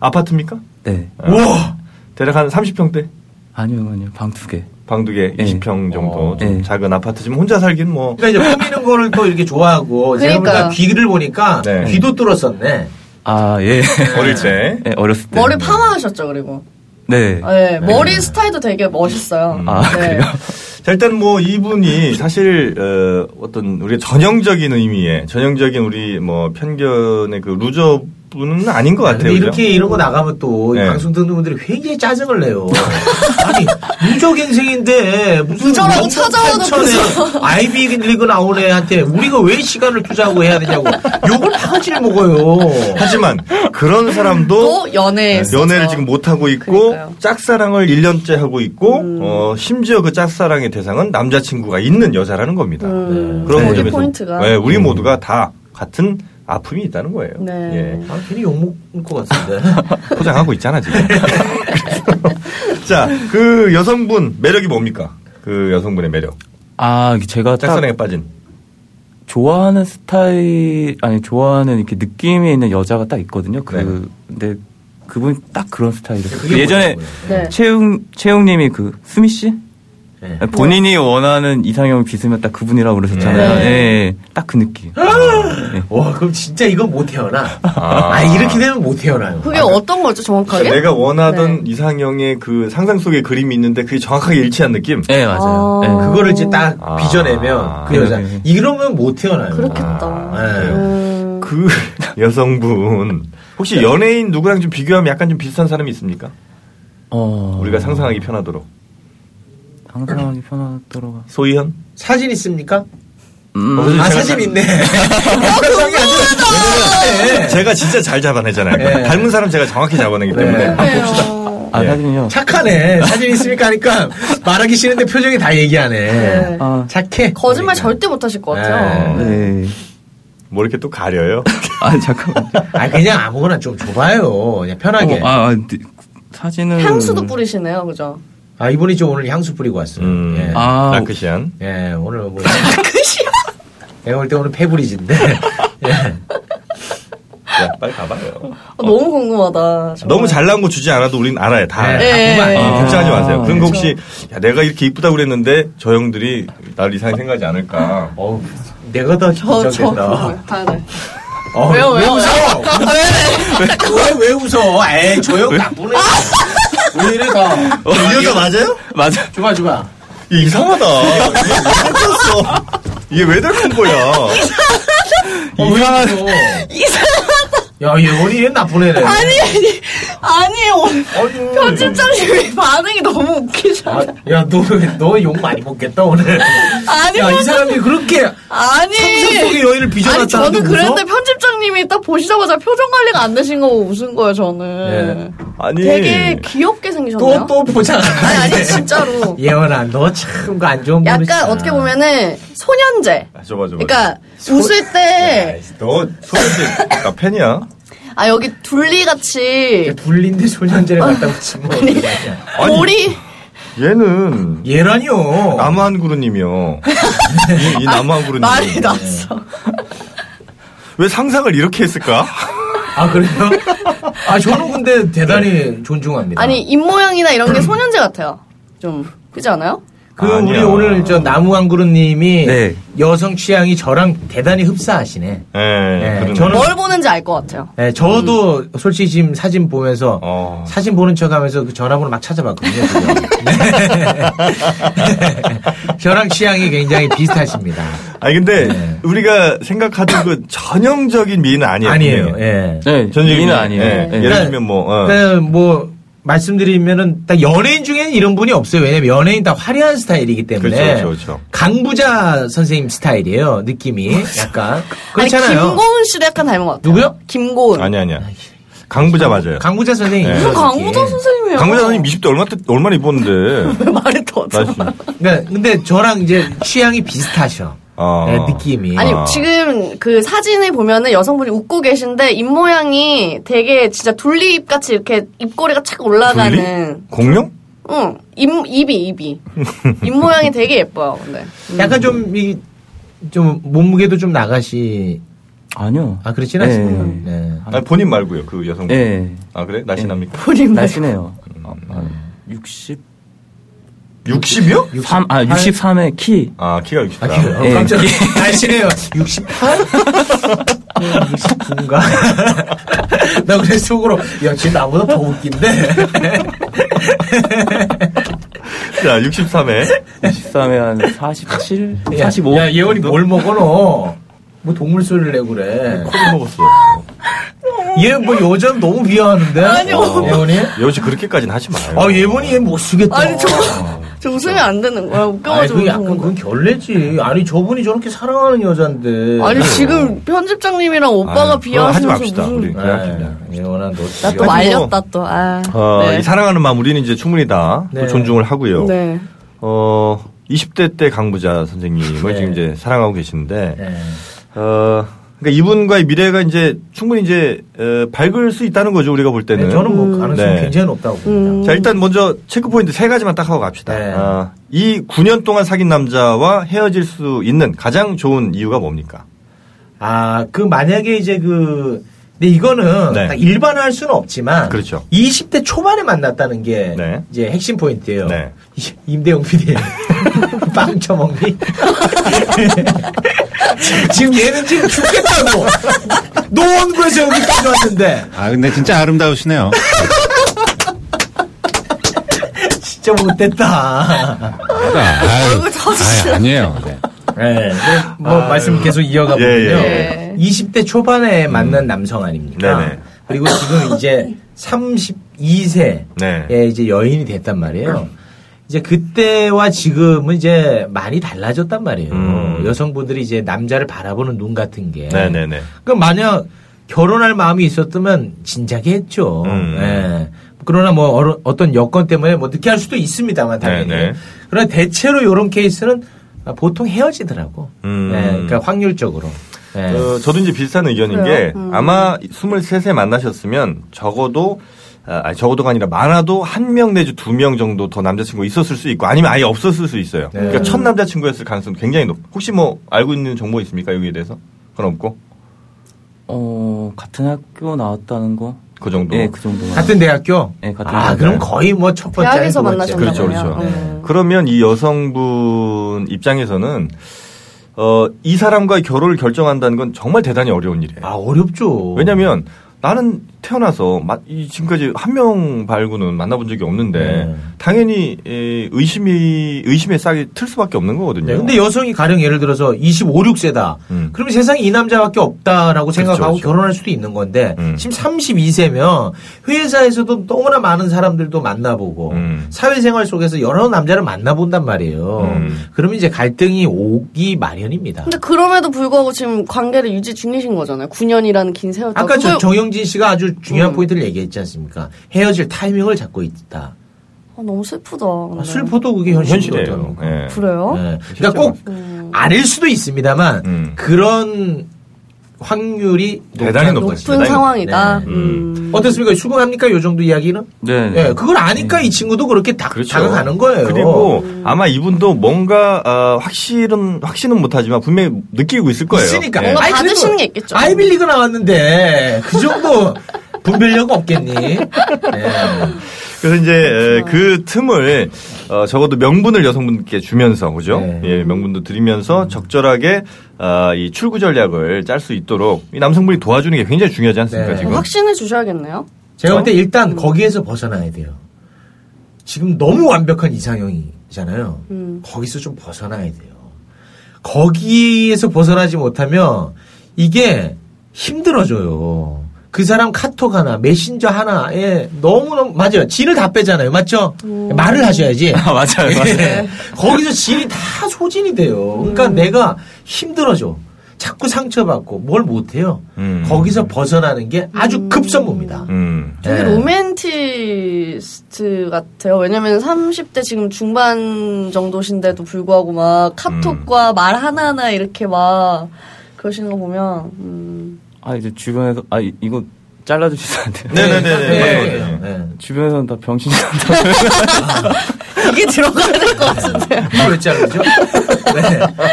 Speaker 3: 아파트입니까?
Speaker 6: 네.
Speaker 4: 우와!
Speaker 3: 대략 한 30평대?
Speaker 6: 아니요, 아니요. 방 두 개.
Speaker 3: 방 두 개
Speaker 6: 네.
Speaker 3: 20평 정도.
Speaker 6: 어,
Speaker 3: 좀
Speaker 6: 네.
Speaker 3: 작은 아파트지만 혼자 살긴 뭐.
Speaker 4: 그러니까 이제 꾸미는 거를 또 이렇게 좋아하고. 제가 보니까
Speaker 5: 그러니까요.
Speaker 4: 귀를 보니까
Speaker 3: 네.
Speaker 4: 귀도 뚫었었네.
Speaker 6: 아, 예.
Speaker 3: 어릴 때.
Speaker 6: 네, 어렸을 때.
Speaker 5: 머리 파마하셨죠, 그리고.
Speaker 6: 네.
Speaker 5: 네, 머리 스타일도 되게 멋있어요.
Speaker 6: 아,
Speaker 5: 네.
Speaker 6: 그래요?
Speaker 3: 자, 일단 뭐 이분이 사실 어, 어떤 우리 전형적인 의미의 전형적인 우리 뭐 편견의 그 루저분은 아닌 것 같아요.
Speaker 4: 근데
Speaker 3: 그죠?
Speaker 4: 이렇게 이런 거 나가면 또이
Speaker 3: 네.
Speaker 4: 방송 듣는 분들이 회의에 짜증을 내요. 아니 무적행생인데 무슨
Speaker 5: 부정하고
Speaker 4: 명품
Speaker 5: 찾아와도
Speaker 4: 팔천에 아이비 리그 나온 애한테 우리가 왜 시간을 투자하고 해야 되냐고 욕을 파지를 먹어요.
Speaker 3: 하지만 그런 사람도 어,
Speaker 5: 또 연애.
Speaker 3: 네, 연애를 지금 뭐- 못 하고 있고
Speaker 5: 그러니까요. 음.
Speaker 3: 짝사랑을 1년째 하고 있고 어, 심지어 그 짝사랑의 대상은 남자친구가 있는 여자라는 겁니다.
Speaker 5: 음,
Speaker 3: 그런
Speaker 5: 거기
Speaker 3: 점에서
Speaker 5: 포인트가. 음.
Speaker 3: 네, 우리 모두가 다 같은 아픔이 있다는 거예요.
Speaker 5: 네.
Speaker 3: 예.
Speaker 4: 아, 괜히 욕 먹을 것 같은데.
Speaker 3: 포장하고 있잖아 지금. 그래서 자, 그 여성분 매력이 뭡니까? 그 여성분의 매력.
Speaker 6: 아, 제가 딱
Speaker 3: 짝사랑에 빠진.
Speaker 6: 좋아하는 스타일 아니 좋아하는 이렇게 느낌이 있는 여자가 딱 있거든요. 그
Speaker 3: 네.
Speaker 6: 근데 그분이 딱 그런 스타일이에요.
Speaker 4: 그게
Speaker 6: 예전에
Speaker 4: 뭐냐고요.
Speaker 5: 네.
Speaker 6: 채용 채용님이 그 수미 씨
Speaker 4: 네.
Speaker 6: 아니, 본인이 원하는 이상형 비스면 딱 그분이라고 그러셨잖아요.
Speaker 5: 네. 아.
Speaker 6: 예, 딱 그 느낌. 예.
Speaker 4: 와 그럼 진짜 이건 못 태어나.
Speaker 3: 아.
Speaker 4: 아, 이렇게 되면 못 태어나요. 아,
Speaker 5: 그게 어떤 거죠, 정확하게?
Speaker 3: 내가
Speaker 5: 네.
Speaker 3: 원하던 이상형의 그 상상 속에 그림이 있는데 그게 정확하게 일치한 느낌.
Speaker 6: 예, 맞아요.
Speaker 5: 아.
Speaker 6: 예.
Speaker 4: 그거를 이제 딱
Speaker 3: 아.
Speaker 4: 빚어내면 그
Speaker 6: 네,
Speaker 4: 여자
Speaker 6: 네.
Speaker 4: 이러면 못 태어나요.
Speaker 5: 그렇겠다.
Speaker 4: 네.
Speaker 5: 음.
Speaker 3: 그 여성분
Speaker 5: 네.
Speaker 3: 혹시 연예인 누구랑 좀 비교하면 약간 좀 비슷한 사람이 있습니까?
Speaker 6: 어,
Speaker 3: 우리가 상상하기 편하도록
Speaker 6: 상상하기 편하더라고.
Speaker 3: 소희현.
Speaker 4: 사진 있습니까?
Speaker 6: 음,
Speaker 3: 어,
Speaker 4: 아
Speaker 3: 제가
Speaker 4: 사진
Speaker 3: 사-
Speaker 4: 있네.
Speaker 5: 그
Speaker 4: 영상이 아주- 왜냐면- 네.
Speaker 3: 제가 진짜 잘 잡아내잖아요.
Speaker 4: 네.
Speaker 3: 닮은 사람 제가 정확히 잡아내기 때문에.
Speaker 4: 네.
Speaker 5: 그래요.
Speaker 6: 아
Speaker 3: 예.
Speaker 6: 사진이요.
Speaker 4: 착하네. 사진 있으니까 하니까 말하기 싫은데 표정이 다 얘기하네.
Speaker 5: 네.
Speaker 6: 아,
Speaker 4: 착해. 그러니까.
Speaker 5: 거짓말 절대 못 하실 것 같아요.
Speaker 3: 네.
Speaker 6: 네.
Speaker 3: 뭐 이렇게 또 가려요?
Speaker 6: 아 잠깐만.
Speaker 4: 아 그냥 아무거나 좀 줘봐요. 그냥 편하게.
Speaker 6: 어, 아, 아 근데 사진은
Speaker 5: 향수도 뿌리시네요, 그죠?
Speaker 4: 아 이분이 저 오늘 향수 뿌리고 왔어요.
Speaker 3: 음,
Speaker 4: 예.
Speaker 6: 아.
Speaker 3: 라크시안.
Speaker 4: 예, 오늘 뭐
Speaker 5: 아,
Speaker 4: 내가 볼 때 오늘 페브리즈인데. 예.
Speaker 3: 야, 빨리 가봐요.
Speaker 5: 아, 너무 궁금하다. 정말.
Speaker 3: 너무 잘 나온 거 주지 않아도 우린 알아요. 다 알아요.
Speaker 5: 네.
Speaker 4: 아,
Speaker 3: 아,
Speaker 4: 그만.
Speaker 3: 걱정하지 마세요. 그런 거
Speaker 5: 그렇죠.
Speaker 3: 혹시 야, 내가 이렇게 이쁘다고 그랬는데 저 형들이 날 이상히 생각하지 않을까.
Speaker 4: 어우, 내가 더
Speaker 5: 저, 저,
Speaker 4: 긴장된다.
Speaker 5: 다들.
Speaker 4: 어,
Speaker 5: 왜요,
Speaker 4: 왜
Speaker 5: 왜요?
Speaker 4: 웃어? 왜, 왜 웃어? 에이, 조용 나쁘네. 왜 이래, 다.
Speaker 3: 어, 이 여자 맞아요?
Speaker 6: 맞아.
Speaker 4: 줘봐, 줘봐.
Speaker 3: 이상하다. 이게 왜 들켰어? 이게 왜 들킨 거야?
Speaker 4: 이상하다.
Speaker 6: 네,
Speaker 4: 이상하다. 야, 얘 언니 얘 나쁜 애네.
Speaker 5: 아니, 아니, 아니, 오늘
Speaker 4: 아니.
Speaker 5: 편집장님이 반응이 너무
Speaker 4: 아,
Speaker 5: 웃기잖아.
Speaker 4: 야, 너, 너 욕 많이 먹겠다, 오늘.
Speaker 5: 아니,
Speaker 4: 야, 이
Speaker 5: 편집-
Speaker 4: 사람이 그렇게
Speaker 5: 아니.
Speaker 4: 상상 속의 여인을
Speaker 5: 아니,
Speaker 4: 빚어놨다는
Speaker 5: 저는
Speaker 4: 게
Speaker 5: 그랬는데
Speaker 4: 웃어?
Speaker 5: 편집장님이 딱 보시자마자 표정 관리가 안 되신 거 보고 웃은 거예요, 저는.
Speaker 3: 아니.
Speaker 5: 되게 귀엽게 생기셨네요.
Speaker 4: 또, 또 보자.
Speaker 5: 아니, 아니, 진짜로.
Speaker 4: 예원아, 너 참 그 안 좋은 분이야.
Speaker 5: 약간 어떻게 보면은 소년제.
Speaker 3: 아, 네. 줘봐, 줘봐.
Speaker 5: 그러니까 웃을 때,
Speaker 3: 너 소연씨 나 팬이야?
Speaker 5: 아, 여기 둘리 같이
Speaker 4: 예, 불린데 소년제를
Speaker 5: 어.
Speaker 4: 갖다 붙이면 어떡하냐.
Speaker 5: 볼이
Speaker 3: 얘는
Speaker 4: 얘라니요.
Speaker 3: 남한 구루님이요. 이, 이 남한 구루님.
Speaker 5: 말이 났어.
Speaker 3: 왜 상상을 이렇게 했을까?
Speaker 4: 아 그래요? 아 저는
Speaker 3: 네.
Speaker 4: 근데 대단히 존중합니다.
Speaker 5: 아니, 입모양이나 이런 게 소년제 같아요. 좀, 그지 않아요?
Speaker 4: 그
Speaker 3: 아니야.
Speaker 4: 우리 오늘 저 나무한 그루님이
Speaker 6: 네.
Speaker 4: 여성 취향이 저랑 대단히 흡사하시네.
Speaker 3: 예, 그러네.
Speaker 4: 저는-
Speaker 5: 뭘 보는지 알 것 같아요.
Speaker 4: 네, 저도 솔직히 지금 사진 보면서
Speaker 3: 음. 어.
Speaker 4: 사진 보는 척하면서 그 전화번호 막 찾아봤거든요. 지금. 네. 저랑 취향이 굉장히 비슷하십니다.
Speaker 3: 아니 근데
Speaker 4: 네.
Speaker 3: 우리가 생각하던 그 전형적인 미인은 아니에요.
Speaker 4: 아니에요.
Speaker 3: 분명히.
Speaker 4: 예.
Speaker 6: 네,
Speaker 3: 전형적인
Speaker 6: 미인은
Speaker 3: 미인.
Speaker 6: 아니에요.
Speaker 3: 예.
Speaker 6: 네.
Speaker 3: 예를 들면 뭐 어.
Speaker 4: 그러니까 뭐 말씀드리면은 딱 연예인 중에는 이런 분이 없어요. 왜냐면 연예인 다 화려한 스타일이기 때문에
Speaker 3: 그렇죠, 그렇죠, 그렇죠.
Speaker 4: 강부자 선생님 스타일이에요. 느낌이 약간 그렇잖아요.
Speaker 5: 아니, 김고은 씨도 약간 닮은 것 같아요.
Speaker 4: 누구요?
Speaker 5: 김고은.
Speaker 3: 아니 아니야. 강부자 맞아요.
Speaker 4: 강부자 선생님.
Speaker 3: 네.
Speaker 5: 무슨 그 강부자 선생님이에요?
Speaker 3: 강부자 선생님 20대 얼마 때 얼마나 입었는데.
Speaker 5: 말을 더
Speaker 3: 나
Speaker 5: 하잖아.
Speaker 3: 지금
Speaker 4: 그러니까 근데 저랑 이제 취향이 비슷하셔.
Speaker 3: 아.
Speaker 4: 네, 느낌이.
Speaker 5: 아니
Speaker 3: 아.
Speaker 5: 지금 그 사진을 보면은 여성분이 웃고 계신데 입 모양이 되게 진짜 둘립 같이 이렇게 입꼬리가 착 올라가는.
Speaker 3: 둘리? 공룡?
Speaker 5: 응. 입 입이 입이. 입 모양이 되게 예뻐요. 근데. 음.
Speaker 4: 약간 좀, 이, 좀, 몸무게도 좀 나가시,
Speaker 6: 아니요.
Speaker 4: 아, 그렇진
Speaker 6: 네.
Speaker 4: 않습니다. 네.
Speaker 3: 아니, 본인 말고요. 그 여성분.
Speaker 4: 예.
Speaker 6: 네.
Speaker 3: 아 그래? 날씬합니까? 음,
Speaker 5: 본인 말.
Speaker 6: 날씬해요. 어, 아, 63,
Speaker 3: 60이요?
Speaker 6: 아, 63의 키.
Speaker 3: 아 키가 60.
Speaker 4: 아, 그래요?
Speaker 6: 예.
Speaker 4: 깜짝 날씬해요. 68? 69인가? 나 그래서 속으로, 야, 쟤 나보다 더 웃긴데?
Speaker 3: 자 63에
Speaker 6: 63에 한 47?
Speaker 4: 야,
Speaker 6: 45?
Speaker 4: 야, 예원이 뭘 먹어, 너? 뭐 동물 소리를 내고 그래.
Speaker 3: 코를 먹었어.
Speaker 4: 얘 뭐 여자는 너무 비하하는데? 어,
Speaker 5: 아니요.
Speaker 4: 예원이?
Speaker 3: 여우 씨 그렇게까지는 하지 마요.
Speaker 4: 아, 예원이 얘 못쓰겠다.
Speaker 5: 아니 저, 저 웃으면 안 되는 거야.
Speaker 4: 어. 아니,
Speaker 5: 웃겨가지고.
Speaker 4: 그 약간
Speaker 5: 웃는 거.
Speaker 4: 그건 결례지. 아니, 저분이 저렇게 사랑하는 여잔데.
Speaker 5: 아니 지금 편집장님이랑 오빠가
Speaker 3: 아유, 그거 하지
Speaker 5: 비하하시면서
Speaker 3: 맙시다,
Speaker 5: 무슨
Speaker 3: 우리.
Speaker 4: 아, 예원아, 너
Speaker 5: 나 또
Speaker 3: 아니, 뭐,
Speaker 5: 말렸다 또. 아.
Speaker 3: 어,
Speaker 5: 네.
Speaker 3: 이 사랑하는 마음 우리는 이제 충분히 다
Speaker 4: 네.
Speaker 3: 존중을 하고요.
Speaker 5: 네.
Speaker 3: 어, 20대 때 강부자 선생님을
Speaker 4: 네.
Speaker 3: 지금 이제 사랑하고 계시는데,
Speaker 4: 네.
Speaker 3: 어, 그러니까 이분과의 미래가 이제 충분히 이제 어, 밝을 수 있다는 거죠 우리가 볼 때는.
Speaker 4: 네, 저는 뭐 가능성이
Speaker 3: 네.
Speaker 4: 굉장히 높다고 봅니다.
Speaker 5: 음.
Speaker 3: 자 일단 먼저 체크 포인트 세 가지만 딱 하고 갑시다.
Speaker 4: 네.
Speaker 3: 아, 이 9년 동안 사귄 남자와 헤어질 수 있는 가장 좋은 이유가 뭡니까?
Speaker 4: 아, 그 만약에 이제 그 근데 이거는
Speaker 3: 네.
Speaker 4: 딱 일반화할 수는 없지만
Speaker 3: 그렇죠.
Speaker 4: 20대 초반에 만났다는 게
Speaker 3: 네.
Speaker 4: 이제 핵심 포인트예요.
Speaker 3: 네.
Speaker 4: 이- 임대용 PD 빵 처먹니? 지금 얘는 지금 죽겠다고 노원구에서 여기까지 왔는데
Speaker 1: 아 근데 진짜 아름다우시네요.
Speaker 4: 진짜 못됐다.
Speaker 1: 아유,
Speaker 5: 얼굴 터지시네.
Speaker 1: 아유, 아니에요. 네.
Speaker 4: 네, 뭐 말씀 계속 이어가 보면요.
Speaker 3: 예, 음.
Speaker 5: 예.
Speaker 4: 20대 초반에 만난 남성 아닙니까?
Speaker 3: 네네.
Speaker 4: 그리고 지금 이제 32세에
Speaker 3: 네.
Speaker 4: 이제 여인이 됐단 말이에요. 이제 그때와 지금은 이제 많이 달라졌단 말이에요.
Speaker 3: 음.
Speaker 4: 여성분들이 이제 남자를 바라보는 눈 같은 게.
Speaker 3: 네네네.
Speaker 4: 그럼 그러니까 만약 결혼할 마음이 있었다면 진작에 했죠.
Speaker 3: 음.
Speaker 4: 예. 그러나 뭐 어러- 어떤 여건 때문에 뭐 늦게 할 수도 있습니다만 당연히.
Speaker 3: 네, 네.
Speaker 4: 그러나 대체로 이런 케이스는 보통 헤어지더라고.
Speaker 3: 음.
Speaker 4: 예, 그러니까 확률적으로. 예.
Speaker 3: 어, 저도 이제 비슷한 의견인
Speaker 5: 그래요? 음.
Speaker 3: 게 아마 23세 만나셨으면 적어도 아, 아니, 적어도가 아니라 많아도 한 명 내지 두 명 정도 더 남자친구 있었을 수 있고 아니면 아예 없었을 수 있어요.
Speaker 4: 네.
Speaker 3: 그러니까 첫 남자친구였을 가능성 굉장히 높고 혹시 뭐 알고 있는 정보 있습니까 여기에 대해서? 그건 없고
Speaker 6: 어, 같은 학교 나왔다는 거?
Speaker 3: 그 정도.
Speaker 6: 예, 그 정도만.
Speaker 4: 같은 대학교?
Speaker 6: 네, 같은
Speaker 4: 아,
Speaker 6: 대학교.
Speaker 4: 그럼 거의 뭐 첫 번째.
Speaker 5: 대학에서
Speaker 4: 두 번째.
Speaker 5: 만나셨나
Speaker 3: 그렇죠,
Speaker 5: 보네요.
Speaker 3: 그렇죠.
Speaker 5: 음.
Speaker 3: 그러면 이 여성분 입장에서는 어, 이 사람과 결혼을 결정한다는 건 정말 대단히 어려운 일이에요.
Speaker 4: 아, 어렵죠.
Speaker 3: 왜냐하면 나는 태어나서 마- 이 지금까지 한 명 말고는 만나본 적이 없는데
Speaker 4: 네.
Speaker 3: 당연히 에, 의심이 의심의 싹이 틀 수밖에 없는 거거든요.
Speaker 4: 네, 근데 여성이 가령 예를 들어서 25, 6세다.
Speaker 3: 음.
Speaker 4: 그러면 세상에 이 남자밖에 없다라고 생각하고
Speaker 3: 그렇죠.
Speaker 4: 결혼할 수도 있는 건데
Speaker 3: 음.
Speaker 4: 지금 32세면 회사에서도 너무나 많은 사람들도 만나보고
Speaker 3: 음.
Speaker 4: 사회생활 속에서 여러 남자를 만나본단 말이에요.
Speaker 3: 음.
Speaker 4: 그러면 이제 갈등이 오기 마련입니다.
Speaker 5: 근데 그럼에도 불구하고 지금 관계를 유지 중이신 거잖아요. 9년이라는 긴 세월. 동안.
Speaker 4: 아까 저
Speaker 5: 그걸-
Speaker 4: 정영진 씨가 아주 중요한
Speaker 5: 음.
Speaker 4: 포인트를 얘기했지 않습니까? 헤어질 타이밍을 잡고 있다.
Speaker 5: 아, 너무 슬프다.
Speaker 4: 아,
Speaker 5: 근데.
Speaker 4: 슬퍼도 그게 현실이에요.
Speaker 3: 음, 현실이에요. 예.
Speaker 5: 그래요?
Speaker 4: 네. 그러니까 꼭
Speaker 5: 음.
Speaker 4: 아닐 수도 있습니다만
Speaker 3: 음.
Speaker 4: 그런 확률이
Speaker 3: 대단히
Speaker 4: 높다.
Speaker 3: 높다.
Speaker 5: 높은
Speaker 3: 네.
Speaker 5: 상황이다.
Speaker 4: 네.
Speaker 5: 음.
Speaker 4: 어떻습니까? 수긍합니까? 요 정도 이야기는?
Speaker 6: 네.
Speaker 4: 예, 그걸 아니까 이 친구도 그렇게 다, 다가가는 거예요.
Speaker 3: 음. 그렇죠. 그리고 아마 이분도 뭔가 아, 확실은 확신은 못하지만 분명히 느끼고 있을 거예요.
Speaker 4: 있으니까.
Speaker 3: 예.
Speaker 5: 뭔가 받으시는 게 있겠죠.
Speaker 4: 아이빌리그 나왔는데 그 정도 분별력 없겠니? 예.
Speaker 3: 그래서 이제 에, 그 틈을 어, 적어도 명분을 여성분께 주면서 그죠?
Speaker 4: 네.
Speaker 3: 예, 명분도 드리면서 적절하게 아, 이 출구 전략을 짤 수 있도록 이 남성분이 도와주는 게 굉장히 중요하지 않습니까
Speaker 4: 네.
Speaker 3: 지금?
Speaker 5: 확신을 주셔야겠네요.
Speaker 4: 제가
Speaker 3: 그렇죠?
Speaker 4: 볼 때
Speaker 3: 음.
Speaker 4: 일단 거기에서 벗어나야 돼요. 지금 너무 완벽한 이상형이잖아요.
Speaker 5: 음.
Speaker 4: 거기서 좀 벗어나야 돼요. 거기에서 벗어나지 못하면 이게 힘들어져요. 그 사람 카톡 하나, 메신저 하나에 너무너무, 맞아요. 진을 다 빼잖아요. 맞죠? 말을 하셔야지.
Speaker 3: 아, 맞아요, 맞아요. 음.
Speaker 4: 예. 거기서 진이 다 소진이 돼요. 그러니까 내가 힘들어져. 자꾸 상처받고 뭘 못해요.
Speaker 3: 음.
Speaker 4: 거기서 벗어나는 게 아주 급선무입니다.
Speaker 3: 음.
Speaker 5: 되게
Speaker 4: 예.
Speaker 5: 로맨티스트 같아요. 왜냐면 30대 지금 중반 정도신데도 불구하고 막 카톡과 말 하나하나 이렇게 막 그러시는 거 보면 음,
Speaker 6: 아 이제 주변에서 아 이- 이거 잘라주시면 안 돼요.
Speaker 3: 네네네네.
Speaker 4: 네.
Speaker 3: 네.
Speaker 4: 네.
Speaker 6: 주변에서는 다 병신이란다.
Speaker 5: 이게 들어가야 될 것 같은데.
Speaker 4: 이걸 자르죠? 네.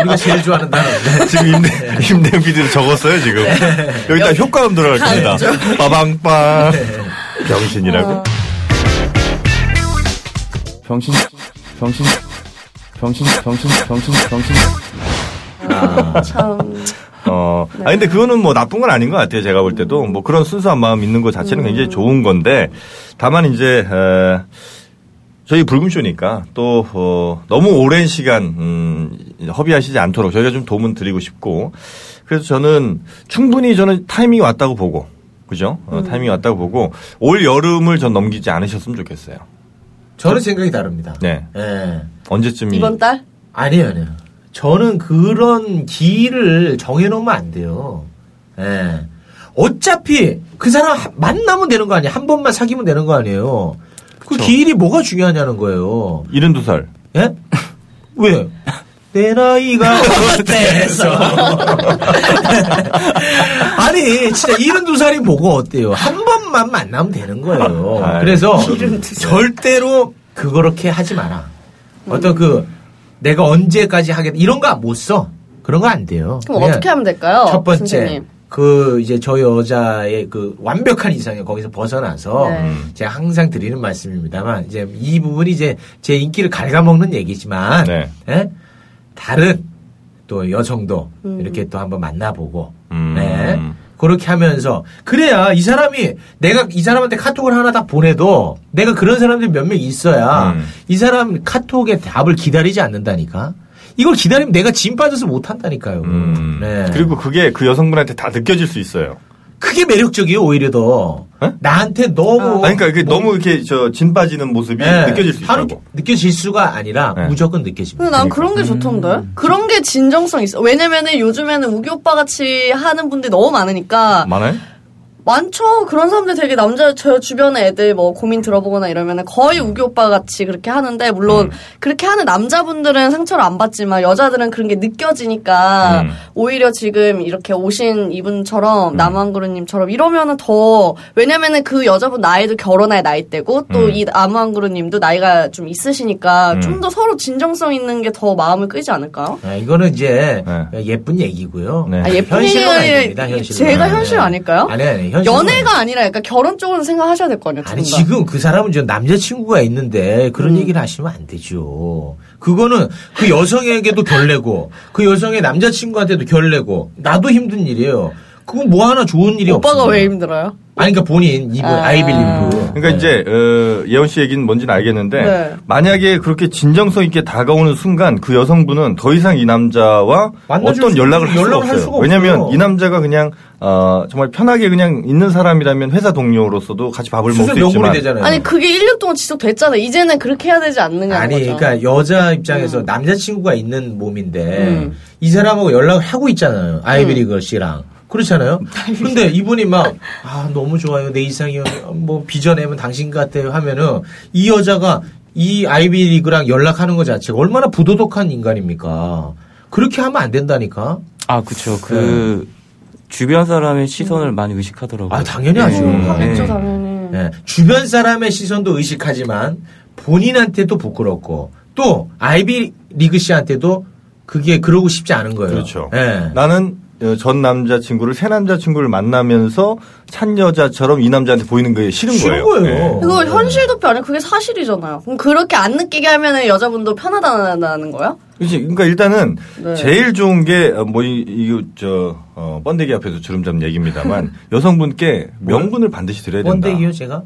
Speaker 4: 우리가 제일 좋아하는 단어인데. 네.
Speaker 3: 지금 임대, 임대 PD도 적었어요, 지금. 여기다 효과음 들어갈 겁니다. 빠방빵. 병신이라고?
Speaker 6: 병신, 병신, 병신, 병신, 병신, 병신.
Speaker 5: 참
Speaker 3: 어. 아, 근데 그거는 뭐 나쁜 건 아닌 것 같아요, 제가 볼 때도. 뭐 그런 순수한 마음 있는 것 자체는 굉장히 좋은 건데, 다만 이제, 에, 저희 불금쇼니까 또, 어, 너무 오랜 시간, 음, 허비하시지 않도록 저희가 좀 도움은 드리고 싶고, 그래서 저는 충분히 저는 타이밍이 왔다고 보고, 그죠? 어, 타이밍이 왔다고 보고, 올 여름을 전 넘기지 않으셨으면 좋겠어요.
Speaker 4: 저는 생각이 다릅니다.
Speaker 3: 네.
Speaker 4: 예.
Speaker 3: 언제쯤이
Speaker 5: 이번 달
Speaker 4: 아니에요, 아니에요. 저는 그런 길을 정해놓으면 안 돼요. 예. 어차피 그 사람 하- 만나면 되는 거 아니에요? 한 번만 사귀면 되는 거 아니에요? 그 길이 뭐가 중요하냐는 거예요.
Speaker 3: 72살.
Speaker 4: 예? 왜? 내 나이가 어때서? 아니, 진짜 72살이 뭐가 어때요? 한 번만 만나면 되는 거예요.
Speaker 3: 아이,
Speaker 4: 그래서 절대로 그렇게 하지 마라. 어떤 그, 내가 언제까지 하겠다. 이런 거 못 써. 그런 거 안 돼요.
Speaker 5: 그럼
Speaker 4: 그냥
Speaker 5: 어떻게 하면 될까요?
Speaker 4: 예. 첫 번째.
Speaker 5: 선생님.
Speaker 4: 그 이제 저 여자의 그 완벽한 이상에 거기서 벗어나서
Speaker 5: 네.
Speaker 4: 제가 항상 드리는 말씀입니다만 이제 이 부분이 이제 제 인기를 갉아먹는 얘기지만
Speaker 3: 네.
Speaker 4: 예? 다른 또 여성도
Speaker 5: 음.
Speaker 4: 이렇게 또 한번 만나보고
Speaker 3: 음.
Speaker 4: 네. 그렇게 하면서 그래야 이 사람이 내가 이 사람한테 카톡을 하나 다 보내도 내가 그런 사람들이 몇 명 있어야
Speaker 3: 음.
Speaker 4: 이 사람 카톡의 답을 기다리지 않는다니까 이걸 기다리면 내가 짐 빠져서 못 한다니까요.
Speaker 3: 음.
Speaker 4: 네.
Speaker 3: 그리고 그게 그 여성분한테 다 느껴질 수 있어요.
Speaker 4: 그게 매력적이에요 오히려 더
Speaker 3: 에?
Speaker 4: 나한테 너무
Speaker 3: 네? 아니, 그러니까 이게
Speaker 4: 뭐-
Speaker 3: 너무 이렇게 저 진 빠지는 모습이
Speaker 4: 예,
Speaker 3: 느껴질 수
Speaker 4: 바로
Speaker 3: 있다고.
Speaker 4: 느껴질 수가 아니라
Speaker 3: 네.
Speaker 4: 무조건 느껴집니다.
Speaker 5: 근데 난 그런 게 좋던데?
Speaker 4: 음.
Speaker 5: 그런 게 진정성 있어. 왜냐면은 요즘에는 우기 오빠 같이 하는 분들이 너무 많으니까.
Speaker 4: 음.
Speaker 3: 많아요?
Speaker 5: 많죠. 그런 사람들 되게 남자 저 주변에 애들 뭐 고민 들어보거나 이러면은 거의 우기 오빠 같이 그렇게 하는데 물론 그렇게 하는 남자분들은 상처를 안 받지만 여자들은 그런 게 느껴지니까
Speaker 3: 음.
Speaker 5: 오히려 지금 이렇게 오신 이분처럼 남한그루님처럼 이러면은 더 왜냐면은 그 여자분 나이도 결혼할 나이대고 또 이 남한그루님도 나이가 좀 있으시니까 좀 더 서로 진정성 있는 게 더 마음을 끌지 않을까요?
Speaker 4: 네, 이거는 이제
Speaker 3: 네.
Speaker 4: 예쁜 얘기고요.
Speaker 3: 네.
Speaker 5: 아, 예쁜
Speaker 4: 현실로 가야
Speaker 5: 얘기에
Speaker 4: 됩니다. 현실로.
Speaker 5: 제가
Speaker 4: 네.
Speaker 5: 현실 아닐까요?
Speaker 4: 아니 아니 현실.
Speaker 5: 연애가 아니라 약간 결혼 쪽으로 생각하셔야 될 거 아니에요.
Speaker 4: 아니
Speaker 5: 두 분 다.
Speaker 4: 지금 그 사람은 저 남자친구가 있는데
Speaker 5: 음.
Speaker 4: 그런 얘기를 하시면 안 되죠. 그거는 그 여성에게도 결례고 그 여성의 남자친구한테도 결례고 나도 힘든 일이에요. 그건 뭐 하나 좋은 일이 없어요.
Speaker 5: 오빠가 왜 힘들어요?
Speaker 4: 아니 그러니까 본인 이거
Speaker 5: 아.
Speaker 4: 아... 이빌립브
Speaker 3: 그러니까 이제 어, 예원 씨 얘기는 뭔지는 알겠는데
Speaker 5: 네.
Speaker 3: 만약에 그렇게 진정성 있게 다가오는 순간 그 여성분은 더 이상 이 남자와
Speaker 4: 만나줄
Speaker 3: 어떤
Speaker 4: 수-
Speaker 3: 연락을 할 수가
Speaker 4: 연락을 할
Speaker 3: 없어요.
Speaker 4: 수가
Speaker 3: 왜냐하면
Speaker 4: 없어요.
Speaker 3: 이 남자가 그냥 어, 정말 편하게 그냥 있는 사람이라면 회사 동료로서도 같이 밥을 먹을
Speaker 4: 수술
Speaker 3: 수
Speaker 4: 명분이
Speaker 3: 있지만
Speaker 4: 되잖아요.
Speaker 5: 아니 그게 1년 동안 지속됐잖아. 이제는 그렇게 해야 되지 않느냐.
Speaker 4: 네. 아니,
Speaker 5: 거죠.
Speaker 4: 그러니까 여자 입장에서 남자친구가 있는 몸인데
Speaker 5: 음.
Speaker 4: 이 사람하고 연락을 하고 있잖아요. 아이비리걸 씨랑. 음. 그렇잖아요. 근데 이분이 막, 아, 너무 좋아요. 내 이상이요. 뭐, 빚어내면 당신 같아요. 하면은 이 여자가 이 아이비리그랑 연락하는 것 자체가 얼마나 부도덕한 인간입니까. 그렇게 하면 안 된다니까.
Speaker 6: 아 그쵸 그 주변 사람의 시선을 많이 의식하더라고요.
Speaker 4: 아, 당연히 하죠.
Speaker 5: 음,
Speaker 4: 네.
Speaker 5: 하겠죠 당연히.
Speaker 4: 예, 주변 사람의 시선도 의식하지만 본인한테도 부끄럽고 또 아이비 리그 씨한테도 그게 그러고 싶지 않은 거예요.
Speaker 3: 그렇죠.
Speaker 4: 예.
Speaker 3: 나는 어, 전 남자친구를 새 남자친구를 만나면서 찬 여자처럼 이 남자한테 보이는 게 싫은
Speaker 4: 싫은
Speaker 3: 거예요.
Speaker 4: 거예요.
Speaker 3: 예.
Speaker 5: 그거 현실 도표 아니야? 그게 사실이잖아요. 그럼 그렇게 안 느끼게 하면 여자분도 편하다는 거야?
Speaker 3: 그치. 그러니까 일단은
Speaker 5: 네.
Speaker 3: 제일 좋은 게 뭐 이거 저 어, 번데기 앞에서 주름잡는 얘기입니다만 여성분께 명분을 반드시 드려야 된다.
Speaker 4: 원대기요 제가?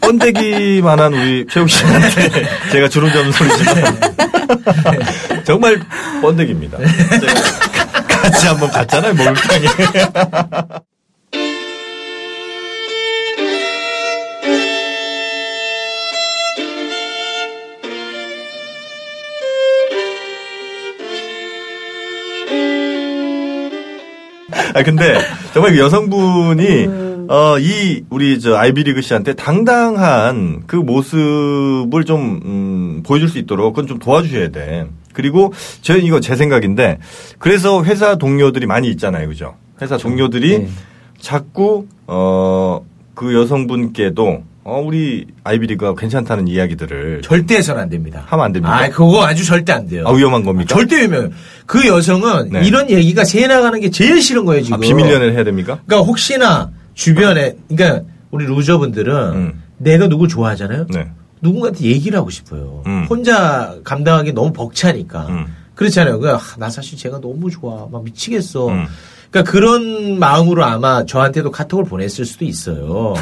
Speaker 3: 번데기만한 우리 최욱 씨한테 제가 주름 잡는 소리 지금 정말 번데기입니다. 제가 같이 한번 갔잖아요 목욕탕에. 아 근데 정말 그 여성분이 어 이 우리 저 아이비리그 씨한테 당당한 그 모습을 좀 음, 보여줄 수 있도록 그건 좀 도와주셔야 돼. 그리고 저 이거 제 생각인데 그래서 회사 동료들이 많이 있잖아요, 그죠? 회사 동료들이
Speaker 6: 네.
Speaker 3: 자꾸 어 그 여성분께도 어 우리 아이비리그가 괜찮다는 이야기들을
Speaker 4: 절대 해선 안 됩니다.
Speaker 3: 하면 안 됩니까?
Speaker 4: 아, 그거 아주 절대 안 돼요.
Speaker 3: 아 위험한 겁니까?
Speaker 4: 절대 위험해요. 그 여성은
Speaker 3: 네.
Speaker 4: 이런 얘기가 새 나가는 게 제일 싫은 거예요, 지금.
Speaker 3: 아, 비밀 연애를 해야 됩니까?
Speaker 4: 그러니까 혹시나 주변에, 그러니까 우리 루저분들은
Speaker 3: 음.
Speaker 4: 내가 누구 좋아하잖아요.
Speaker 3: 네.
Speaker 4: 누군가한테 얘기를 하고 싶어요.
Speaker 3: 음.
Speaker 4: 혼자 감당하기 너무 벅차니까.
Speaker 3: 음.
Speaker 4: 그렇잖아요. 그냥, 아, 나 사실 제가 너무 좋아. 막 미치겠어.
Speaker 3: 음.
Speaker 4: 그러니까 그런 마음으로 아마 저한테도 카톡을 보냈을 수도 있어요.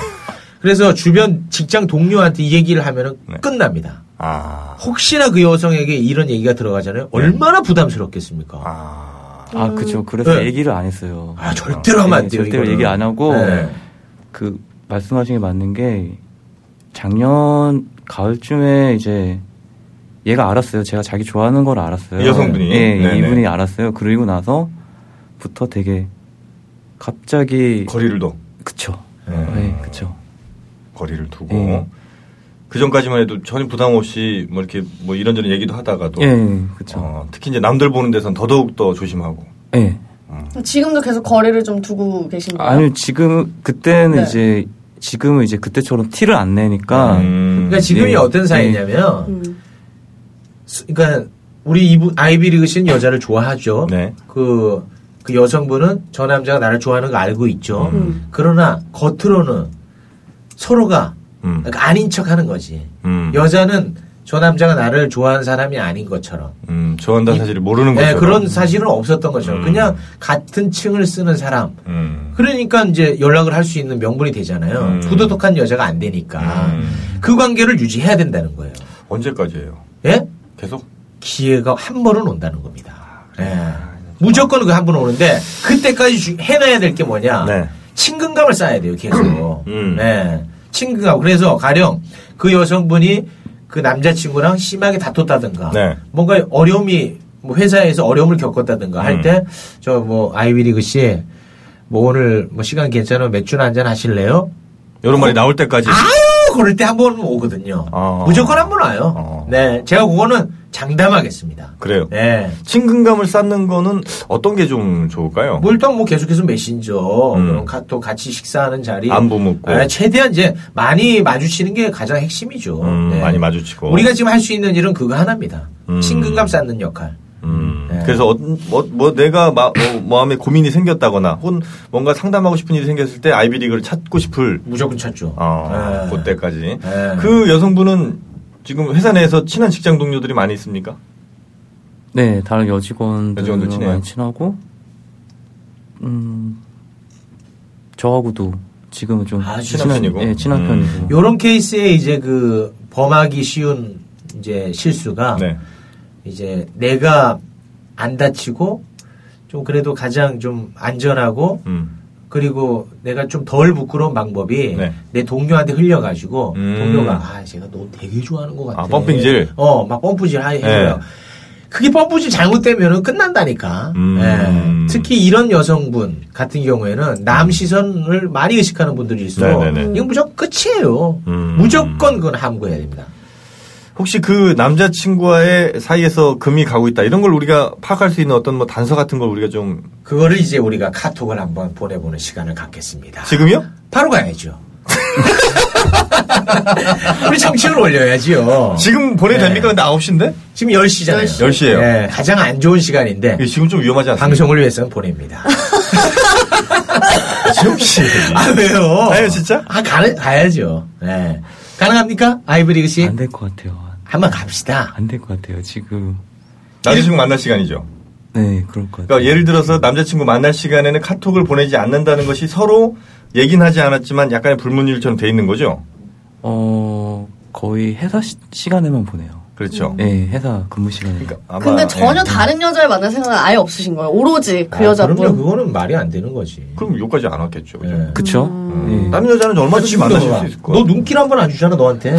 Speaker 4: 그래서 주변 직장 동료한테 이 얘기를 하면
Speaker 3: 네.
Speaker 4: 끝납니다.
Speaker 3: 아.
Speaker 4: 혹시나 그 여성에게 이런 얘기가 들어가잖아요. 얼마나 부담스럽겠습니까?
Speaker 3: 네. 아.
Speaker 6: 아, 그죠. 그래서
Speaker 4: 네.
Speaker 6: 얘기를 안 했어요.
Speaker 4: 아, 절대로 하면 안
Speaker 6: 네,
Speaker 4: 돼요.
Speaker 6: 절대로
Speaker 4: 이거는.
Speaker 6: 얘기 안 하고
Speaker 4: 네.
Speaker 6: 그 말씀하신 게 맞는 게 작년 가을쯤에 이제 얘가 알았어요. 제가 자기 좋아하는 걸 알았어요.
Speaker 3: 이 여성분이?
Speaker 6: 예,
Speaker 3: 네네.
Speaker 6: 이분이 알았어요. 그리고 나서부터 되게 갑자기
Speaker 3: 거리를 둬.
Speaker 6: 그쵸.
Speaker 3: 음.
Speaker 6: 네, 그쵸.
Speaker 3: 거리를 두고
Speaker 6: 예.
Speaker 3: 그 전까지만 해도 전혀 부담 없이 뭐 이렇게 뭐 이런저런 얘기도 하다가도
Speaker 6: 예, 그쵸.
Speaker 4: 그렇죠.
Speaker 3: 어, 특히 이제 남들 보는 데선 더더욱 더 조심하고
Speaker 6: 예.
Speaker 5: 지금도 계속 거리를 좀 두고 계신 거예요?
Speaker 6: 아니 지금 그때는
Speaker 5: 네.
Speaker 6: 이제 지금은 이제 그때처럼 티를 안 내니까
Speaker 3: 음.
Speaker 4: 그러니까 지금이
Speaker 6: 예.
Speaker 4: 어떤 사이냐면
Speaker 5: 음.
Speaker 4: 수- 그러니까 우리 이분 아이비리그 씨는 여자를 좋아하죠.
Speaker 3: 네.
Speaker 4: 그, 그 여성분은 저 남자가 나를 좋아하는 거 알고 있죠.
Speaker 3: 음.
Speaker 4: 그러나 겉으로는 서로가
Speaker 3: 음.
Speaker 4: 그러니까 아닌 척 하는 거지.
Speaker 3: 음.
Speaker 4: 여자는 저 남자가 나를 좋아하는 사람이 아닌 것처럼.
Speaker 3: 음, 좋아한다는 사실을 모르는 거죠.
Speaker 4: 네, 그런 사실은 없었던 것처럼.
Speaker 3: 음.
Speaker 4: 그냥 같은 층을 쓰는 사람.
Speaker 3: 음.
Speaker 4: 그러니까 이제 연락을 할 수 있는 명분이 되잖아요.
Speaker 3: 음.
Speaker 4: 부도덕한 여자가 안 되니까.
Speaker 3: 음.
Speaker 4: 그 관계를 유지해야 된다는 거예요.
Speaker 3: 언제까지예요?
Speaker 4: 예?
Speaker 3: 계속?
Speaker 4: 기회가 한 번은 온다는 겁니다.
Speaker 3: 아,
Speaker 4: 네. 무조건 그 한 번 오는데 그때까지 주- 해놔야 될 게 뭐냐?
Speaker 3: 네.
Speaker 4: 친근감을 쌓아야 돼요 계속.
Speaker 3: 음.
Speaker 4: 네. 친근감. 그래서 가령 그 여성분이 그 남자친구랑 심하게 다퉜다든가
Speaker 3: 네.
Speaker 4: 뭔가 어려움이 뭐 회사에서 어려움을 겪었다든가
Speaker 3: 음.
Speaker 4: 할 때 저 뭐 아이비리그 씨. 뭐 오늘 뭐 시간 괜찮으면 맥주나 한잔 하실래요?
Speaker 3: 이런 말이 나올 때까지.
Speaker 4: 아유 그럴 때 한 번 오거든요.
Speaker 3: 어.
Speaker 4: 무조건 한 번 와요.
Speaker 3: 어.
Speaker 4: 네, 제가 그거는 장담하겠습니다.
Speaker 3: 그래요.
Speaker 4: 네.
Speaker 3: 친근감을 쌓는 거는 어떤 게 좀 좋을까요?
Speaker 4: 뭐 일단 뭐 계속해서 메신저,
Speaker 3: 음.
Speaker 4: 그런 카톡 같이 식사하는 자리.
Speaker 3: 안부 묻고.
Speaker 4: 네, 최대한 이제 많이 마주치는 게 가장 핵심이죠.
Speaker 3: 음,
Speaker 4: 네.
Speaker 3: 많이 마주치고.
Speaker 4: 우리가 지금 할 수 있는 일은 그거 하나입니다.
Speaker 3: 음.
Speaker 4: 친근감 쌓는 역할.
Speaker 3: 음,
Speaker 4: 네.
Speaker 3: 그래서 어, 뭐, 뭐 내가 마, 뭐, 마음에 고민이 생겼다거나 혹은 뭔가 상담하고 싶은 일이 생겼을 때 아이비리그를 찾고 싶을
Speaker 4: 무조건 찾죠.
Speaker 3: 아,
Speaker 4: 네.
Speaker 3: 그때까지.
Speaker 4: 네.
Speaker 3: 그 여성분은 지금 회사 내에서 친한 직장 동료들이 많이 있습니까?
Speaker 6: 네, 다른 여직원들도
Speaker 3: 여직원들 친해요?
Speaker 6: 많이 친하고, 음, 저하고도 지금은 좀
Speaker 4: 아,
Speaker 3: 친한 편이고?
Speaker 6: 예, 친한
Speaker 3: 음.
Speaker 6: 편이고.
Speaker 4: 요런 케이스에 이제 그 범하기 쉬운 이제 실수가
Speaker 3: 네.
Speaker 4: 이제 내가 안 다치고 좀 그래도 가장 좀 안전하고
Speaker 3: 음.
Speaker 4: 그리고 내가 좀 덜 부끄러운 방법이
Speaker 3: 네.
Speaker 4: 내 동료한테 흘려가지고
Speaker 3: 음.
Speaker 4: 동료가 아 제가 너 되게 좋아하는 것 같아.
Speaker 3: 아, 펌핑질?
Speaker 4: 어막 펌프질 하해요.
Speaker 3: 네.
Speaker 4: 그게 펌프질 잘못되면은 끝난다니까.
Speaker 3: 음.
Speaker 4: 예. 특히 이런 여성분 같은 경우에는 남 시선을 많이 의식하는 분들이 있어.
Speaker 3: 음. 네네네.
Speaker 4: 이건 무조건 끝이에요.
Speaker 3: 음.
Speaker 4: 무조건 그건 함구해야 됩니다.
Speaker 3: 혹시 그 남자친구와의 사이에서 금이 가고 있다 이런 걸 우리가 파악할 수 있는 어떤 뭐 단서 같은 걸 우리가 좀
Speaker 4: 그거를 이제 우리가 카톡을 한번 보내보는 시간을 갖겠습니다.
Speaker 3: 지금요?
Speaker 4: 바로 가야죠. 우리 정치율 올려야지요.
Speaker 3: 지금 보내도
Speaker 4: 네.
Speaker 3: 됩니까? 근데 9시인데?
Speaker 4: 지금 10시잖아요. 네,
Speaker 5: 10시.
Speaker 3: 10시 예요. 그
Speaker 4: 가장 안 좋은 시간인데
Speaker 3: 지금 좀 위험하지 않습니까?
Speaker 4: 방송을 위해서는 보냅니다.
Speaker 3: 혹시.
Speaker 4: 아 왜요?
Speaker 3: 아유, 진짜?
Speaker 4: 아 가는 가야죠. 네. 가능합니까? 아이브리그 씨
Speaker 6: 안 될 것 같아요.
Speaker 4: 한번 갑시다.
Speaker 6: 안 될 것 같아요. 지금.
Speaker 3: 나도 지금 만날 시간이죠.
Speaker 6: 네, 그럴 것 같아요.
Speaker 3: 그러니까 예를 들어서 남자친구 만날 시간에는 카톡을 보내지 않는다는 것이 서로 얘긴 하지 않았지만 약간의 불문율처럼 돼 있는 거죠.
Speaker 6: 어, 거의 회사 시, 시간에만 보내요.
Speaker 3: 그렇죠.
Speaker 6: 네, 회사 근무 시간에.
Speaker 3: 그러니까 아마,
Speaker 5: 근데 전혀
Speaker 3: 예.
Speaker 5: 다른 여자를 만날 생각은 아예 없으신 거예요. 오로지 그
Speaker 4: 아, 그럼요.
Speaker 5: 여자분.
Speaker 4: 그거는 말이 안 되는 거지.
Speaker 3: 그럼 여기까지 안 왔겠죠. 그죠?
Speaker 4: 예.
Speaker 6: 그쵸? 네.
Speaker 3: 다른 여자는 얼마든지 만나실 수 있을
Speaker 4: 너
Speaker 3: 거야.
Speaker 4: 눈길 한 번 안 주잖아 너한테.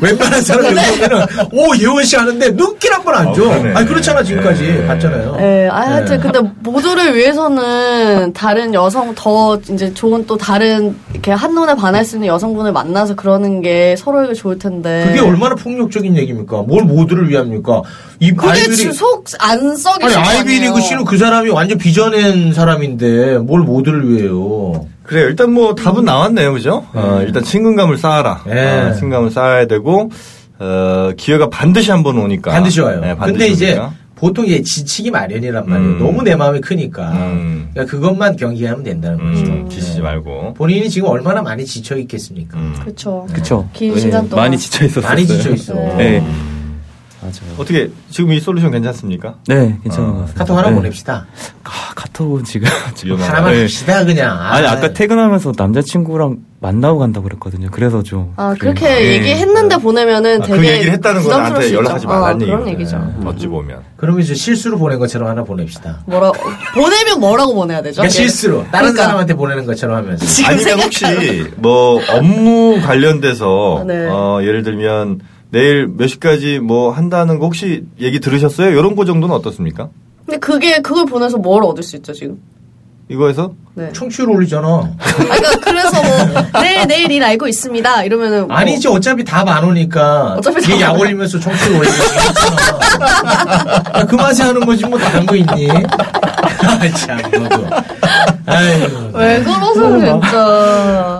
Speaker 4: 웬만한 사람들
Speaker 5: 네.
Speaker 4: 보면은 오 예원 씨 하는데 눈길 한 번 안
Speaker 3: 아,
Speaker 4: 줘.
Speaker 3: 그러네.
Speaker 4: 아 그렇잖아 지금까지
Speaker 3: 예.
Speaker 4: 봤잖아요.
Speaker 5: 예, 아, 하여튼,
Speaker 4: 예.
Speaker 5: 근데 모두를 위해서는 다른 여성, 더 이제 좋은 또 다른, 이렇게 한눈에 반할 수 있는 여성분을 만나서 그러는 게 서로에게 좋을 텐데.
Speaker 4: 그게 얼마나 폭력적인 얘기입니까? 뭘 모두를 위합니까? 이
Speaker 5: 그게
Speaker 4: 아이들이-
Speaker 5: 지금 속안 썩이신
Speaker 4: 아니
Speaker 5: 거 아니에요.
Speaker 4: 아이비리그 씨는 그 사람이 완전 빚어낸 사람인데 뭘 모두를 위해요.
Speaker 3: 그래 요 일단 뭐 답은 나왔네요, 그죠? 어, 일단 친근감을 쌓아라.
Speaker 4: 예.
Speaker 3: 어, 친근감을 쌓아야 되고 어, 기회가 반드시 한 번 오니까.
Speaker 4: 반드시 와요.
Speaker 3: 예, 반드시
Speaker 4: 근데 이제
Speaker 3: 오니까.
Speaker 4: 보통 이게 지치기 마련이란 말이에요.
Speaker 3: 음.
Speaker 4: 너무 내 마음이 크니까.
Speaker 3: 음.
Speaker 4: 그러니까 그것만 경계하면 된다는 거죠. 네.
Speaker 3: 음, 지치지 말고.
Speaker 4: 본인이 지금 얼마나 많이 지쳐 있겠습니까?
Speaker 3: 음.
Speaker 5: 그쵸.
Speaker 6: 그쵸? 네.
Speaker 5: 긴 시간 동안.
Speaker 6: 많이 지쳐 있었어요.
Speaker 4: 많이 지쳐 있어.
Speaker 6: 네. 맞아요.
Speaker 3: 어떻게 지금 이 솔루션 괜찮습니까?
Speaker 6: 네, 괜찮은
Speaker 3: 어,
Speaker 6: 것 같아요.
Speaker 4: 카톡 하나
Speaker 6: 네.
Speaker 4: 보냅시다.
Speaker 6: 아, 카톡은 지금.
Speaker 3: 지금
Speaker 4: 하나만
Speaker 6: 네.
Speaker 4: 합시다 그냥. 네.
Speaker 6: 아니, 아까 퇴근하면서 남자친구랑 만나고 간다고 그랬거든요. 그래서 좀.
Speaker 5: 아,
Speaker 6: 그래요.
Speaker 5: 그렇게
Speaker 4: 예.
Speaker 5: 얘기했는데 보내면은
Speaker 3: 아,
Speaker 5: 되게.
Speaker 3: 그 얘기를 했다는 건
Speaker 5: 부담스러울 수
Speaker 3: 나한테
Speaker 5: 있죠.
Speaker 3: 연락하지
Speaker 5: 아,
Speaker 3: 말라는
Speaker 5: 그런
Speaker 3: 얘기거든.
Speaker 5: 얘기죠.
Speaker 4: 예.
Speaker 3: 어찌 보면.
Speaker 4: 그러면 이제 실수로 보낸 것처럼 하나 보냅시다.
Speaker 5: 뭐라 보내면 뭐라고 보내야 되죠?
Speaker 4: 그러니까 실수로 다른
Speaker 5: 그러니까.
Speaker 4: 사람한테 보내는 것처럼 하면서.
Speaker 5: 지금
Speaker 3: 아니면
Speaker 5: 생각하면.
Speaker 3: 혹시 뭐 업무 관련돼서
Speaker 5: 아, 네.
Speaker 3: 어, 예를 들면 내일 몇 시까지 뭐 한다는 거 혹시 얘기 들으셨어요? 이런 거 정도는 어떻습니까?
Speaker 5: 근데 그게 그걸 보내서 뭘 얻을 수 있죠 지금?
Speaker 3: 이거에서
Speaker 5: 네.
Speaker 4: 청취율 올리잖아.
Speaker 5: 아, 그러니까 그래서 뭐 내일 내일 일 알고 있습니다. 이러면은 뭐
Speaker 4: 아니지 어차피 답 안 오니까
Speaker 5: 어차피
Speaker 4: 뒤에
Speaker 5: 답
Speaker 4: 약
Speaker 5: 안 와.
Speaker 4: 올리면서 청취율 올리고 있잖아. 그 맛에 하는 거지 뭐 다른 거 있니? 아, 참 너도. 아이고.
Speaker 5: 왜 그러세요 진짜?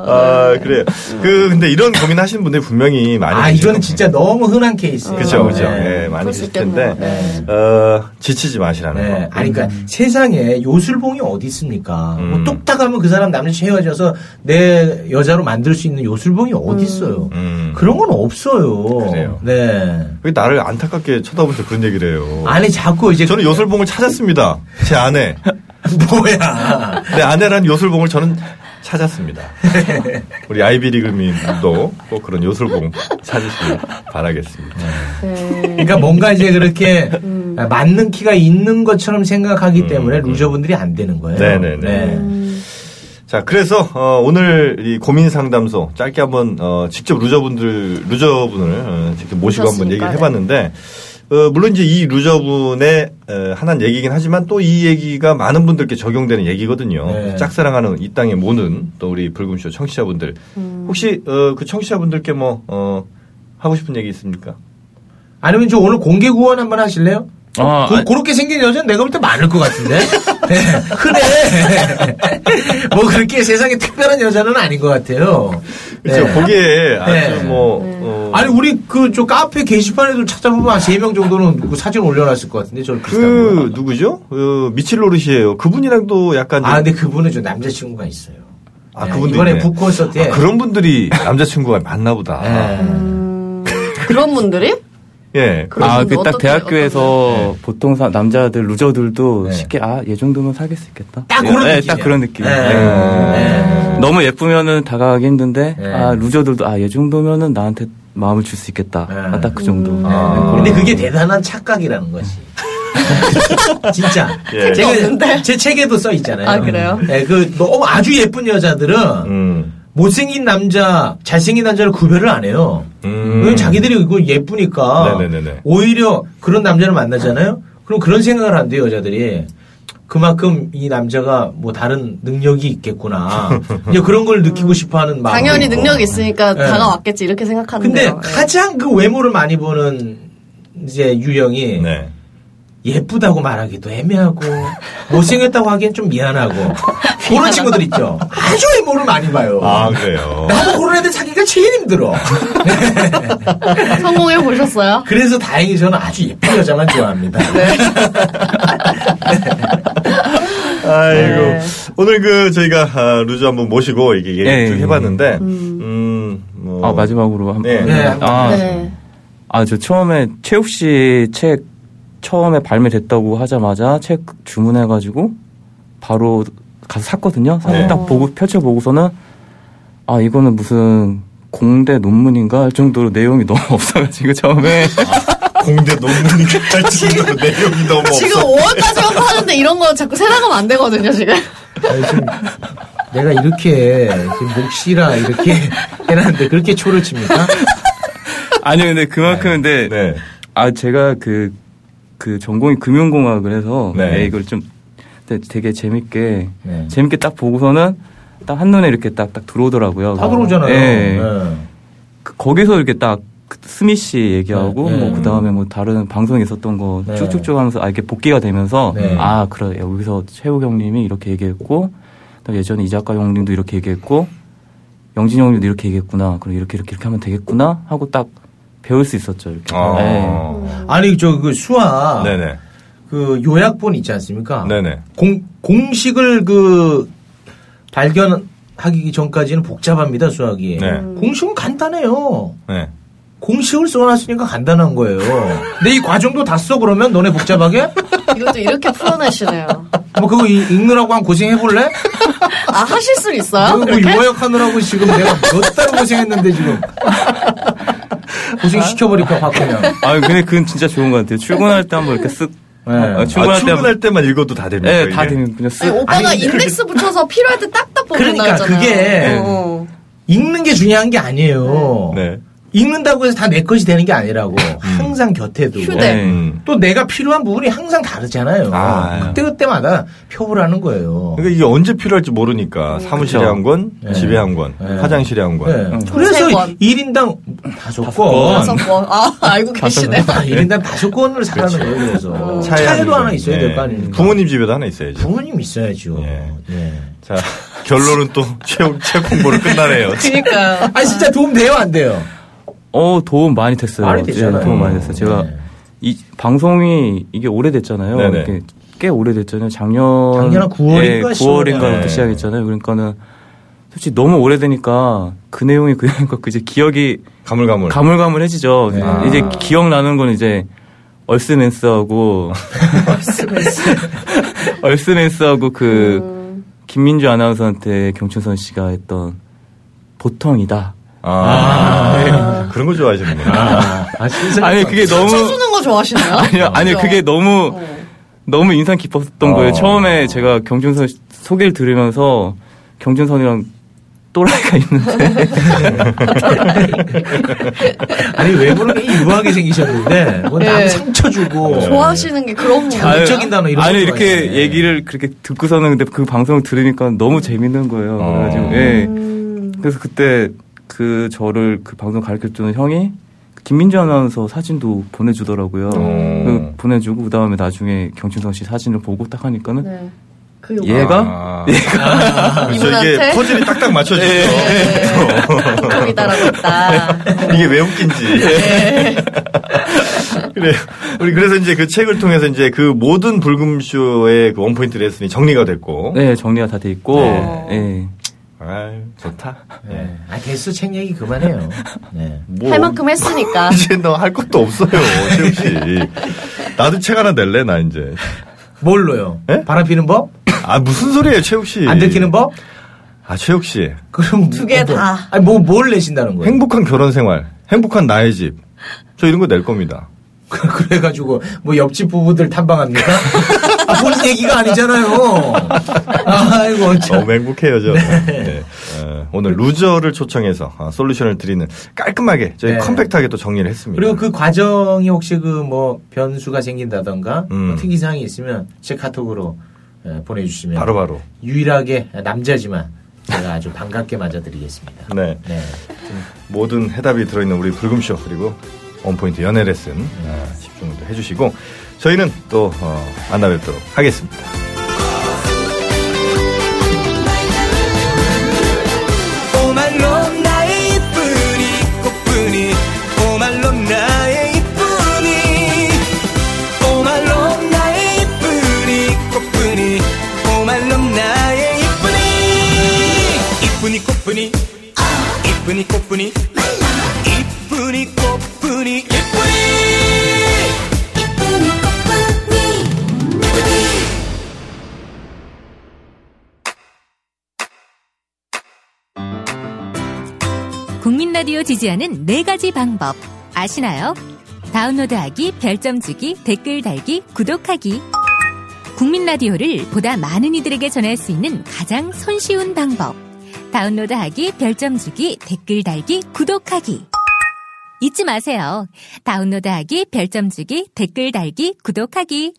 Speaker 3: 아 그래요. 그 근데 이런 고민 하시는 분들이 분명히 많이
Speaker 4: 아
Speaker 3: 계실
Speaker 4: 이거는
Speaker 3: 겁니다.
Speaker 4: 진짜 너무 흔한 케이스.
Speaker 3: 그렇죠 그렇죠.
Speaker 4: 네.
Speaker 3: 예, 많이
Speaker 5: 그럴 수
Speaker 3: 계실
Speaker 5: 있겠네요.
Speaker 3: 텐데
Speaker 5: 네.
Speaker 3: 어, 지치지 마시라는
Speaker 4: 네.
Speaker 3: 거.
Speaker 4: 아니 그러니까 세상에 요술봉이 어디 있습니까? 뭐
Speaker 3: 음.
Speaker 4: 똑딱하면 그 사람 남자친 헤어져서 내 여자로 만들 수 있는 요술봉이 어디 있어요?
Speaker 3: 음.
Speaker 4: 그런 건 없어요.
Speaker 3: 그래요.
Speaker 4: 네.
Speaker 3: 왜 나를 안타깝게 쳐다보면서 그런 얘기를 해요.
Speaker 4: 아니 자꾸 이제
Speaker 3: 저는 요술봉을 찾았습니다. 제 아내.
Speaker 4: 뭐야?
Speaker 3: 내 아내란 요술봉을 저는 찾았습니다. 우리 아이비리그민도 꼭 그런 요술봉 찾으시길 바라겠습니다.
Speaker 5: 네.
Speaker 4: 그러니까 뭔가 이제 그렇게 맞는 키가 있는 것처럼 생각하기
Speaker 3: 음,
Speaker 4: 때문에
Speaker 3: 음.
Speaker 4: 루저분들이 안 되는 거예요.
Speaker 3: 네네네. 자, 그래서 어, 오늘 이 고민 상담소 짧게 한번 어, 직접 루저분들 루저분을 어, 직접 모시고 한번
Speaker 5: 모셨으니까, 네.
Speaker 3: 얘기를 해봤는데. 어, 물론 이제 이 루저분의 어, 하나는 얘기긴 하지만 또 이 얘기가 많은 분들께 적용되는 얘기거든요.
Speaker 4: 네.
Speaker 3: 짝사랑하는 이 땅에 모는 또 우리 불금쇼 청취자분들
Speaker 5: 음.
Speaker 3: 혹시 어, 그 청취자분들께 뭐 어, 하고 싶은 얘기 있습니까?
Speaker 4: 아니면 저 오늘 공개 구원 한번 하실래요?
Speaker 6: 아,
Speaker 4: 고,
Speaker 6: 아니-
Speaker 4: 그렇게 생긴 여자는 내가 볼 때 많을 것 같은데. 네, 그래. 뭐 그렇게 세상에 특별한 여자는 아닌 것 같아요. 네.
Speaker 3: 그렇죠. 거기에 아주
Speaker 4: 네.
Speaker 3: 뭐 어,
Speaker 4: 아니 우리 그 저 카페 게시판에도 찾아보면 한 세 명 정도는 그 사진 올려놨을 것 같은데 저
Speaker 3: 그 누구죠? 어, 미칠 노릇이에요. 그분이랑도 약간 좀-
Speaker 4: 아 근데 그분은 저 남자친구가 있어요.
Speaker 3: 아,
Speaker 4: 네,
Speaker 3: 그분도
Speaker 4: 이번에
Speaker 3: 있네.
Speaker 4: 북콘서트에
Speaker 3: 아, 그런 분들이 남자친구가 맞나 보다.
Speaker 4: 네.
Speaker 5: 그런 분들이?
Speaker 3: 예. 그-
Speaker 6: 아, 그
Speaker 5: 어떻게-
Speaker 6: 딱 대학교에서 보통 사- 남자들 루저들도
Speaker 4: 네.
Speaker 6: 쉽게 아, 얘 정도면 사귈 수 있겠다.
Speaker 4: 딱 그런
Speaker 6: 네,
Speaker 4: 느낌이야.
Speaker 6: 딱 그런 느낌.
Speaker 4: 네.
Speaker 6: 네.
Speaker 4: 네.
Speaker 6: 너무 예쁘면은 다가가기 힘든데
Speaker 4: 네.
Speaker 6: 아, 루저들도 아, 얘 정도면은 나한테 마음을 줄 수 있겠다.
Speaker 4: 네.
Speaker 6: 아, 딱 그 정도.
Speaker 3: 아.
Speaker 4: 근데 그게 대단한 착각이라는 거지. 진짜.
Speaker 3: 예.
Speaker 4: 제가
Speaker 5: 없는데?
Speaker 4: 제 책에도 써 있잖아요.
Speaker 5: 아, 그래요?
Speaker 4: 예, 그 너무 아주 예쁜 여자들은
Speaker 3: 음.
Speaker 4: 못생긴 남자, 잘생긴 남자를 구별을 안 해요.
Speaker 3: 음.
Speaker 4: 왜냐면 자기들이 이거 예쁘니까
Speaker 3: 네네네네.
Speaker 4: 오히려 그런 남자를 만나잖아요. 그럼 그런 생각을 한대요 여자들이. 그만큼 이 남자가 뭐 다른 능력이 있겠구나. 이제 그런 걸 느끼고 싶어하는 마음.
Speaker 6: 아,
Speaker 5: 당연히 능력이 예. 있으니까
Speaker 4: 네.
Speaker 5: 다가왔겠지 이렇게 생각하는데.
Speaker 4: 근데 가장 그 외모를 많이 보는 이제 유형이
Speaker 3: 네.
Speaker 4: 예쁘다고 말하기도 애매하고 못생겼다고 하기엔 좀 미안하고 그런 친구들 있죠. 아주 외모를 많이 봐요.
Speaker 3: 아, 그래요.
Speaker 4: 나도 그런 애들 사귀기가 제일 힘들어.
Speaker 5: 네. 성공해 보셨어요?
Speaker 4: 그래서 다행히 저는 아주 예쁜 여자만 좋아합니다.
Speaker 3: 네. 아이고.
Speaker 5: 네.
Speaker 3: 오늘 그 저희가 아, 루즈 한번 모시고 이게 얘기
Speaker 6: 예,
Speaker 3: 쭉
Speaker 6: 예,
Speaker 3: 해봤는데, 음, 뭐.
Speaker 6: 아 마지막으로 한
Speaker 3: 네.
Speaker 6: 번.
Speaker 4: 네.
Speaker 6: 아,
Speaker 5: 네.
Speaker 6: 아, 저 처음에 최욱 씨 책 처음에 발매됐다고 하자마자 책 주문해가지고 바로 가서 샀거든요. 사서
Speaker 3: 네.
Speaker 6: 딱 보고 펼쳐보고서는 아 이거는 무슨 공대 논문인가 할 정도로 내용이 너무 없어가지고 처음에
Speaker 3: 공대 논문이 할 정도로 내용이 너무
Speaker 5: 아, 지금
Speaker 3: 없어.
Speaker 5: 5월까지 가서 하는데 이런 거 자꾸 생각하면 안 되거든요, 지금.
Speaker 4: 아니, 지금 내가 이렇게 지금 몫이라 이렇게 해놨는데 그렇게 초를 칩니까?
Speaker 6: 아니 근데 그만큼 근데
Speaker 3: 네.
Speaker 6: 아 제가 그 그 전공이 금융공학을 해서
Speaker 3: 네.
Speaker 6: 네, 이걸 좀 근데 되게 재밌게
Speaker 4: 네.
Speaker 6: 재밌게 딱 보고서는 딱 한눈에 이렇게 딱 딱 들어오더라고요.
Speaker 4: 다 들어오잖아요.
Speaker 6: 예.
Speaker 4: 네.
Speaker 6: 그- 거기서 이렇게 딱그 스미 씨 얘기하고
Speaker 4: 네, 네.
Speaker 6: 뭐 그다음에 뭐 다른 방송에 있었던 거
Speaker 4: 네.
Speaker 6: 쭉쭉쭉 하면서 아 이렇게 복귀가 되면서
Speaker 4: 네.
Speaker 6: 아 그래 여기서 최욱 형님이 이렇게 얘기했고 그다음에 예전에 이작가 형님도 이렇게 얘기했고 영진 형님도 이렇게 얘기했구나 그럼 이렇게 이렇게 이렇게 하면 되겠구나 하고 딱 배울 수 있었죠 이렇게 네.
Speaker 3: 아.
Speaker 4: 아니 저 그 수학
Speaker 3: 네네.
Speaker 4: 그 요약본 있지 않습니까?
Speaker 3: 네네.
Speaker 4: 공, 공식을 그 발견하기 전까지는 복잡합니다 수학이.
Speaker 3: 네.
Speaker 4: 공식은 간단해요.
Speaker 3: 네.
Speaker 4: 공식을 써놨으니까 간단한 거예요. 근데 이 과정도 다 써 그러면 너네 복잡하게?
Speaker 5: 이것도 이렇게 풀어내시네요.
Speaker 4: 뭐 그거 이- 읽느라고 한 고생해볼래?
Speaker 5: 아, 하실 수 있어요?
Speaker 4: 그거 요약하느라고 지금 내가 몇 달 고생했는데 지금 고생 시켜버릴까 확 그냥.
Speaker 6: 아 근데 그건 진짜 좋은 것 같아요 출근할 때 한번 이렇게 쓱
Speaker 4: 네.
Speaker 6: 아,
Speaker 3: 아,
Speaker 6: 출근할 때
Speaker 3: 출근할 때만 읽어도 다 됩니까?
Speaker 6: 예, 다
Speaker 3: 이게?
Speaker 6: 되면 그냥 쓱
Speaker 5: 아니, 그러니까. 오빠가
Speaker 4: 아니, 근데
Speaker 5: 인덱스 붙여서 필요할 때 딱딱 보고
Speaker 4: 그러니까,
Speaker 5: 나잖아요.
Speaker 4: 그게-
Speaker 6: 네.
Speaker 5: 어.
Speaker 4: 읽는 게 중요한 게 아니에요.
Speaker 3: 네.
Speaker 4: 읽는다고 해서 다 내 것이 되는 게 아니라고 항상 곁에 두고
Speaker 5: 휴대. 네.
Speaker 3: 음.
Speaker 4: 또 내가 필요한 부분이 항상 다르잖아요.
Speaker 3: 아,
Speaker 4: 그때 그때마다 표를 하는 거예요.
Speaker 3: 그러니까 이게 언제 필요할지 모르니까 사무실에
Speaker 6: 그쵸.
Speaker 3: 한 권,
Speaker 4: 네.
Speaker 3: 집에 한 권,
Speaker 4: 네.
Speaker 3: 화장실에 한 권.
Speaker 4: 네.
Speaker 5: 세
Speaker 4: 그래서
Speaker 5: 권.
Speaker 4: 1인당 다섯 권.
Speaker 5: 다섯 번. 아, 알고 계시네.
Speaker 4: 아, 1인당 다섯 권을 사라는 거예요.
Speaker 5: 어.
Speaker 4: 그래서
Speaker 3: 그렇죠. 차에
Speaker 4: 차에
Speaker 3: 한
Speaker 4: 도
Speaker 3: 권.
Speaker 4: 하나 있어야 될 거
Speaker 3: 네.
Speaker 4: 아닙니까?
Speaker 3: 부모님 집에도 하나 있어야지.
Speaker 4: 부모님 있어야죠.
Speaker 3: 예.
Speaker 4: 예.
Speaker 3: 자, 결론은 또 최, 최 공부를 끝나네요.
Speaker 5: 그니까요.
Speaker 4: 아 진짜 도움 돼요 안 돼요?
Speaker 6: 어 도움 많이 됐어요.
Speaker 4: 많이 됐잖아요.
Speaker 6: 예, 도움 많이 됐어요. 제가
Speaker 4: 네.
Speaker 6: 이 방송이 이게 오래됐잖아요.
Speaker 3: 네네.
Speaker 6: 이게 꽤 오래됐잖아요. 작년
Speaker 4: 작년 한 9월인가
Speaker 6: 예, 9월인가부터
Speaker 3: 네.
Speaker 6: 시작했잖아요. 그러니까는 솔직히 너무 오래되니까 그 내용이 그러니까 이제 기억이
Speaker 3: 가물가물.
Speaker 6: 가물가물해지죠. 그
Speaker 4: 아.
Speaker 6: 이제 기억나는 건 이제 얼스맨스하고 얼스맨스하고 그 김민주 아나운서한테 경춘선 씨가 했던 보통이다.
Speaker 3: 아, 네. 그런 거 좋아하시는구나.
Speaker 4: 아, 신선했다.
Speaker 6: 아니 그게 너무
Speaker 5: 쳐주는 거 좋아하시나요?
Speaker 6: 아니요, 어. 아니요. 그게 너무, 너무 인상 깊었던
Speaker 3: 어.
Speaker 6: 거예요. 처음에 제가 경준선 씨 소개를 들으면서 경준선이랑 또라이가 있는데.
Speaker 4: 아니 외모는 되게 유하게 생기셨는데 뭐 남
Speaker 5: 예.
Speaker 4: 상처
Speaker 6: 네.
Speaker 4: 주고
Speaker 3: 네.
Speaker 5: 좋아하시는 게 그런 거.
Speaker 4: 아유, 적인 단어 이런
Speaker 6: 아니,
Speaker 4: 거
Speaker 6: 이렇게
Speaker 4: 좋아하시네.
Speaker 6: 얘기를 그렇게 듣고서는 근데 그 방송을 들으니까 너무 재밌는 거예요.
Speaker 3: 어.
Speaker 6: 그래가지고, 예. 그래서 그때 그 저를 그 방송 가르쳐주는 형이 김민주 아나운서 사진도 보내주더라고요.
Speaker 3: 어.
Speaker 6: 그 보내주고, 그 다음에 나중에 경준선 씨 사진을 보고 딱 하니까는
Speaker 5: 네. 그 요가. 네.
Speaker 6: 예. 얘가?
Speaker 3: 아. 그래서
Speaker 5: 이분한테?
Speaker 3: 이게 네. 퍼즐이 딱딱 맞춰지죠.
Speaker 5: 이다라고 했다.
Speaker 3: 이게 왜 웃긴지. 그래요. 우리 그래서 이제 그 책을 통해서 이제 그 모든 불금쇼의 그 원포인트 레슨이 정리가 됐고.
Speaker 6: 네, 정리가 다 돼 있고,
Speaker 3: 네.
Speaker 6: 예.
Speaker 3: 아유, 좋다. 예.
Speaker 4: 예. 아 개수 책 얘기 그만해요. 네.
Speaker 3: 뭐
Speaker 5: 할 만큼 했으니까.
Speaker 3: 이제 너 할 것도 없어요, 최욱 씨. 나도 책 하나 낼래, 나 이제.
Speaker 4: 뭘로요?
Speaker 3: 예?
Speaker 4: 바람 피는 법?
Speaker 3: 아, 무슨 소리예요, 최욱 씨.
Speaker 4: 안 들키는 법?
Speaker 3: 아, 최욱 씨.
Speaker 4: 그럼
Speaker 5: 두개
Speaker 4: 어떤-
Speaker 5: 다.
Speaker 4: 아니 뭐 뭘 내신다는 거예요?
Speaker 3: 행복한 결혼 생활, 행복한 나의 집. 저 이런 거 낼 겁니다.
Speaker 4: 그래가지고 뭐 옆집 부부들 탐방합니다. 아, 본 얘기가 아니잖아요. 아이고 참.
Speaker 3: 너무 행복해요, 저. 네. 어, 오늘 루저를 초청해서 아, 솔루션을 드리는 깔끔하게 저희
Speaker 4: 네.
Speaker 3: 컴팩트하게 또 정리를 했습니다.
Speaker 4: 그리고 그 과정이 혹시 그 뭐 변수가 생긴다던가
Speaker 3: 음.
Speaker 4: 뭐 특이사항이 있으면 제 카톡으로 예, 보내주시면
Speaker 3: 바로바로.
Speaker 4: 유일하게 아, 남자지만 제가 아주 반갑게 맞아드리겠습니다.
Speaker 3: 네.
Speaker 4: 네.
Speaker 3: 모든 해답이 들어있는 우리 불금쇼 그리고 원포인트 연애 레슨 어, 집중도 해주시고 저희는 또 어, 만나 뵙도록 하겠습니다.
Speaker 1: 오말롬 나의 이쁜이 꽃뿐이 오말롬 나의 이쁜이 오말롬 나의 이쁜이 꽃뿐이 오말롬 나의 이쁜이 이쁜이 꽃뿐이 아, 이쁜이 꽃뿐이 이쁜이 꽃뿐이 이쁜이
Speaker 7: 국민 라디오 지지하는 네 가지 방법 아시나요? 다운로드하기, 별점 주기, 댓글 달기, 구독하기. 국민 라디오를 보다 많은 이들에게 전할 수 있는 가장 손쉬운 방법. 다운로드하기, 별점 주기, 댓글 달기, 구독하기. 잊지 마세요. 다운로드하기, 별점 주기, 댓글 달기, 구독하기.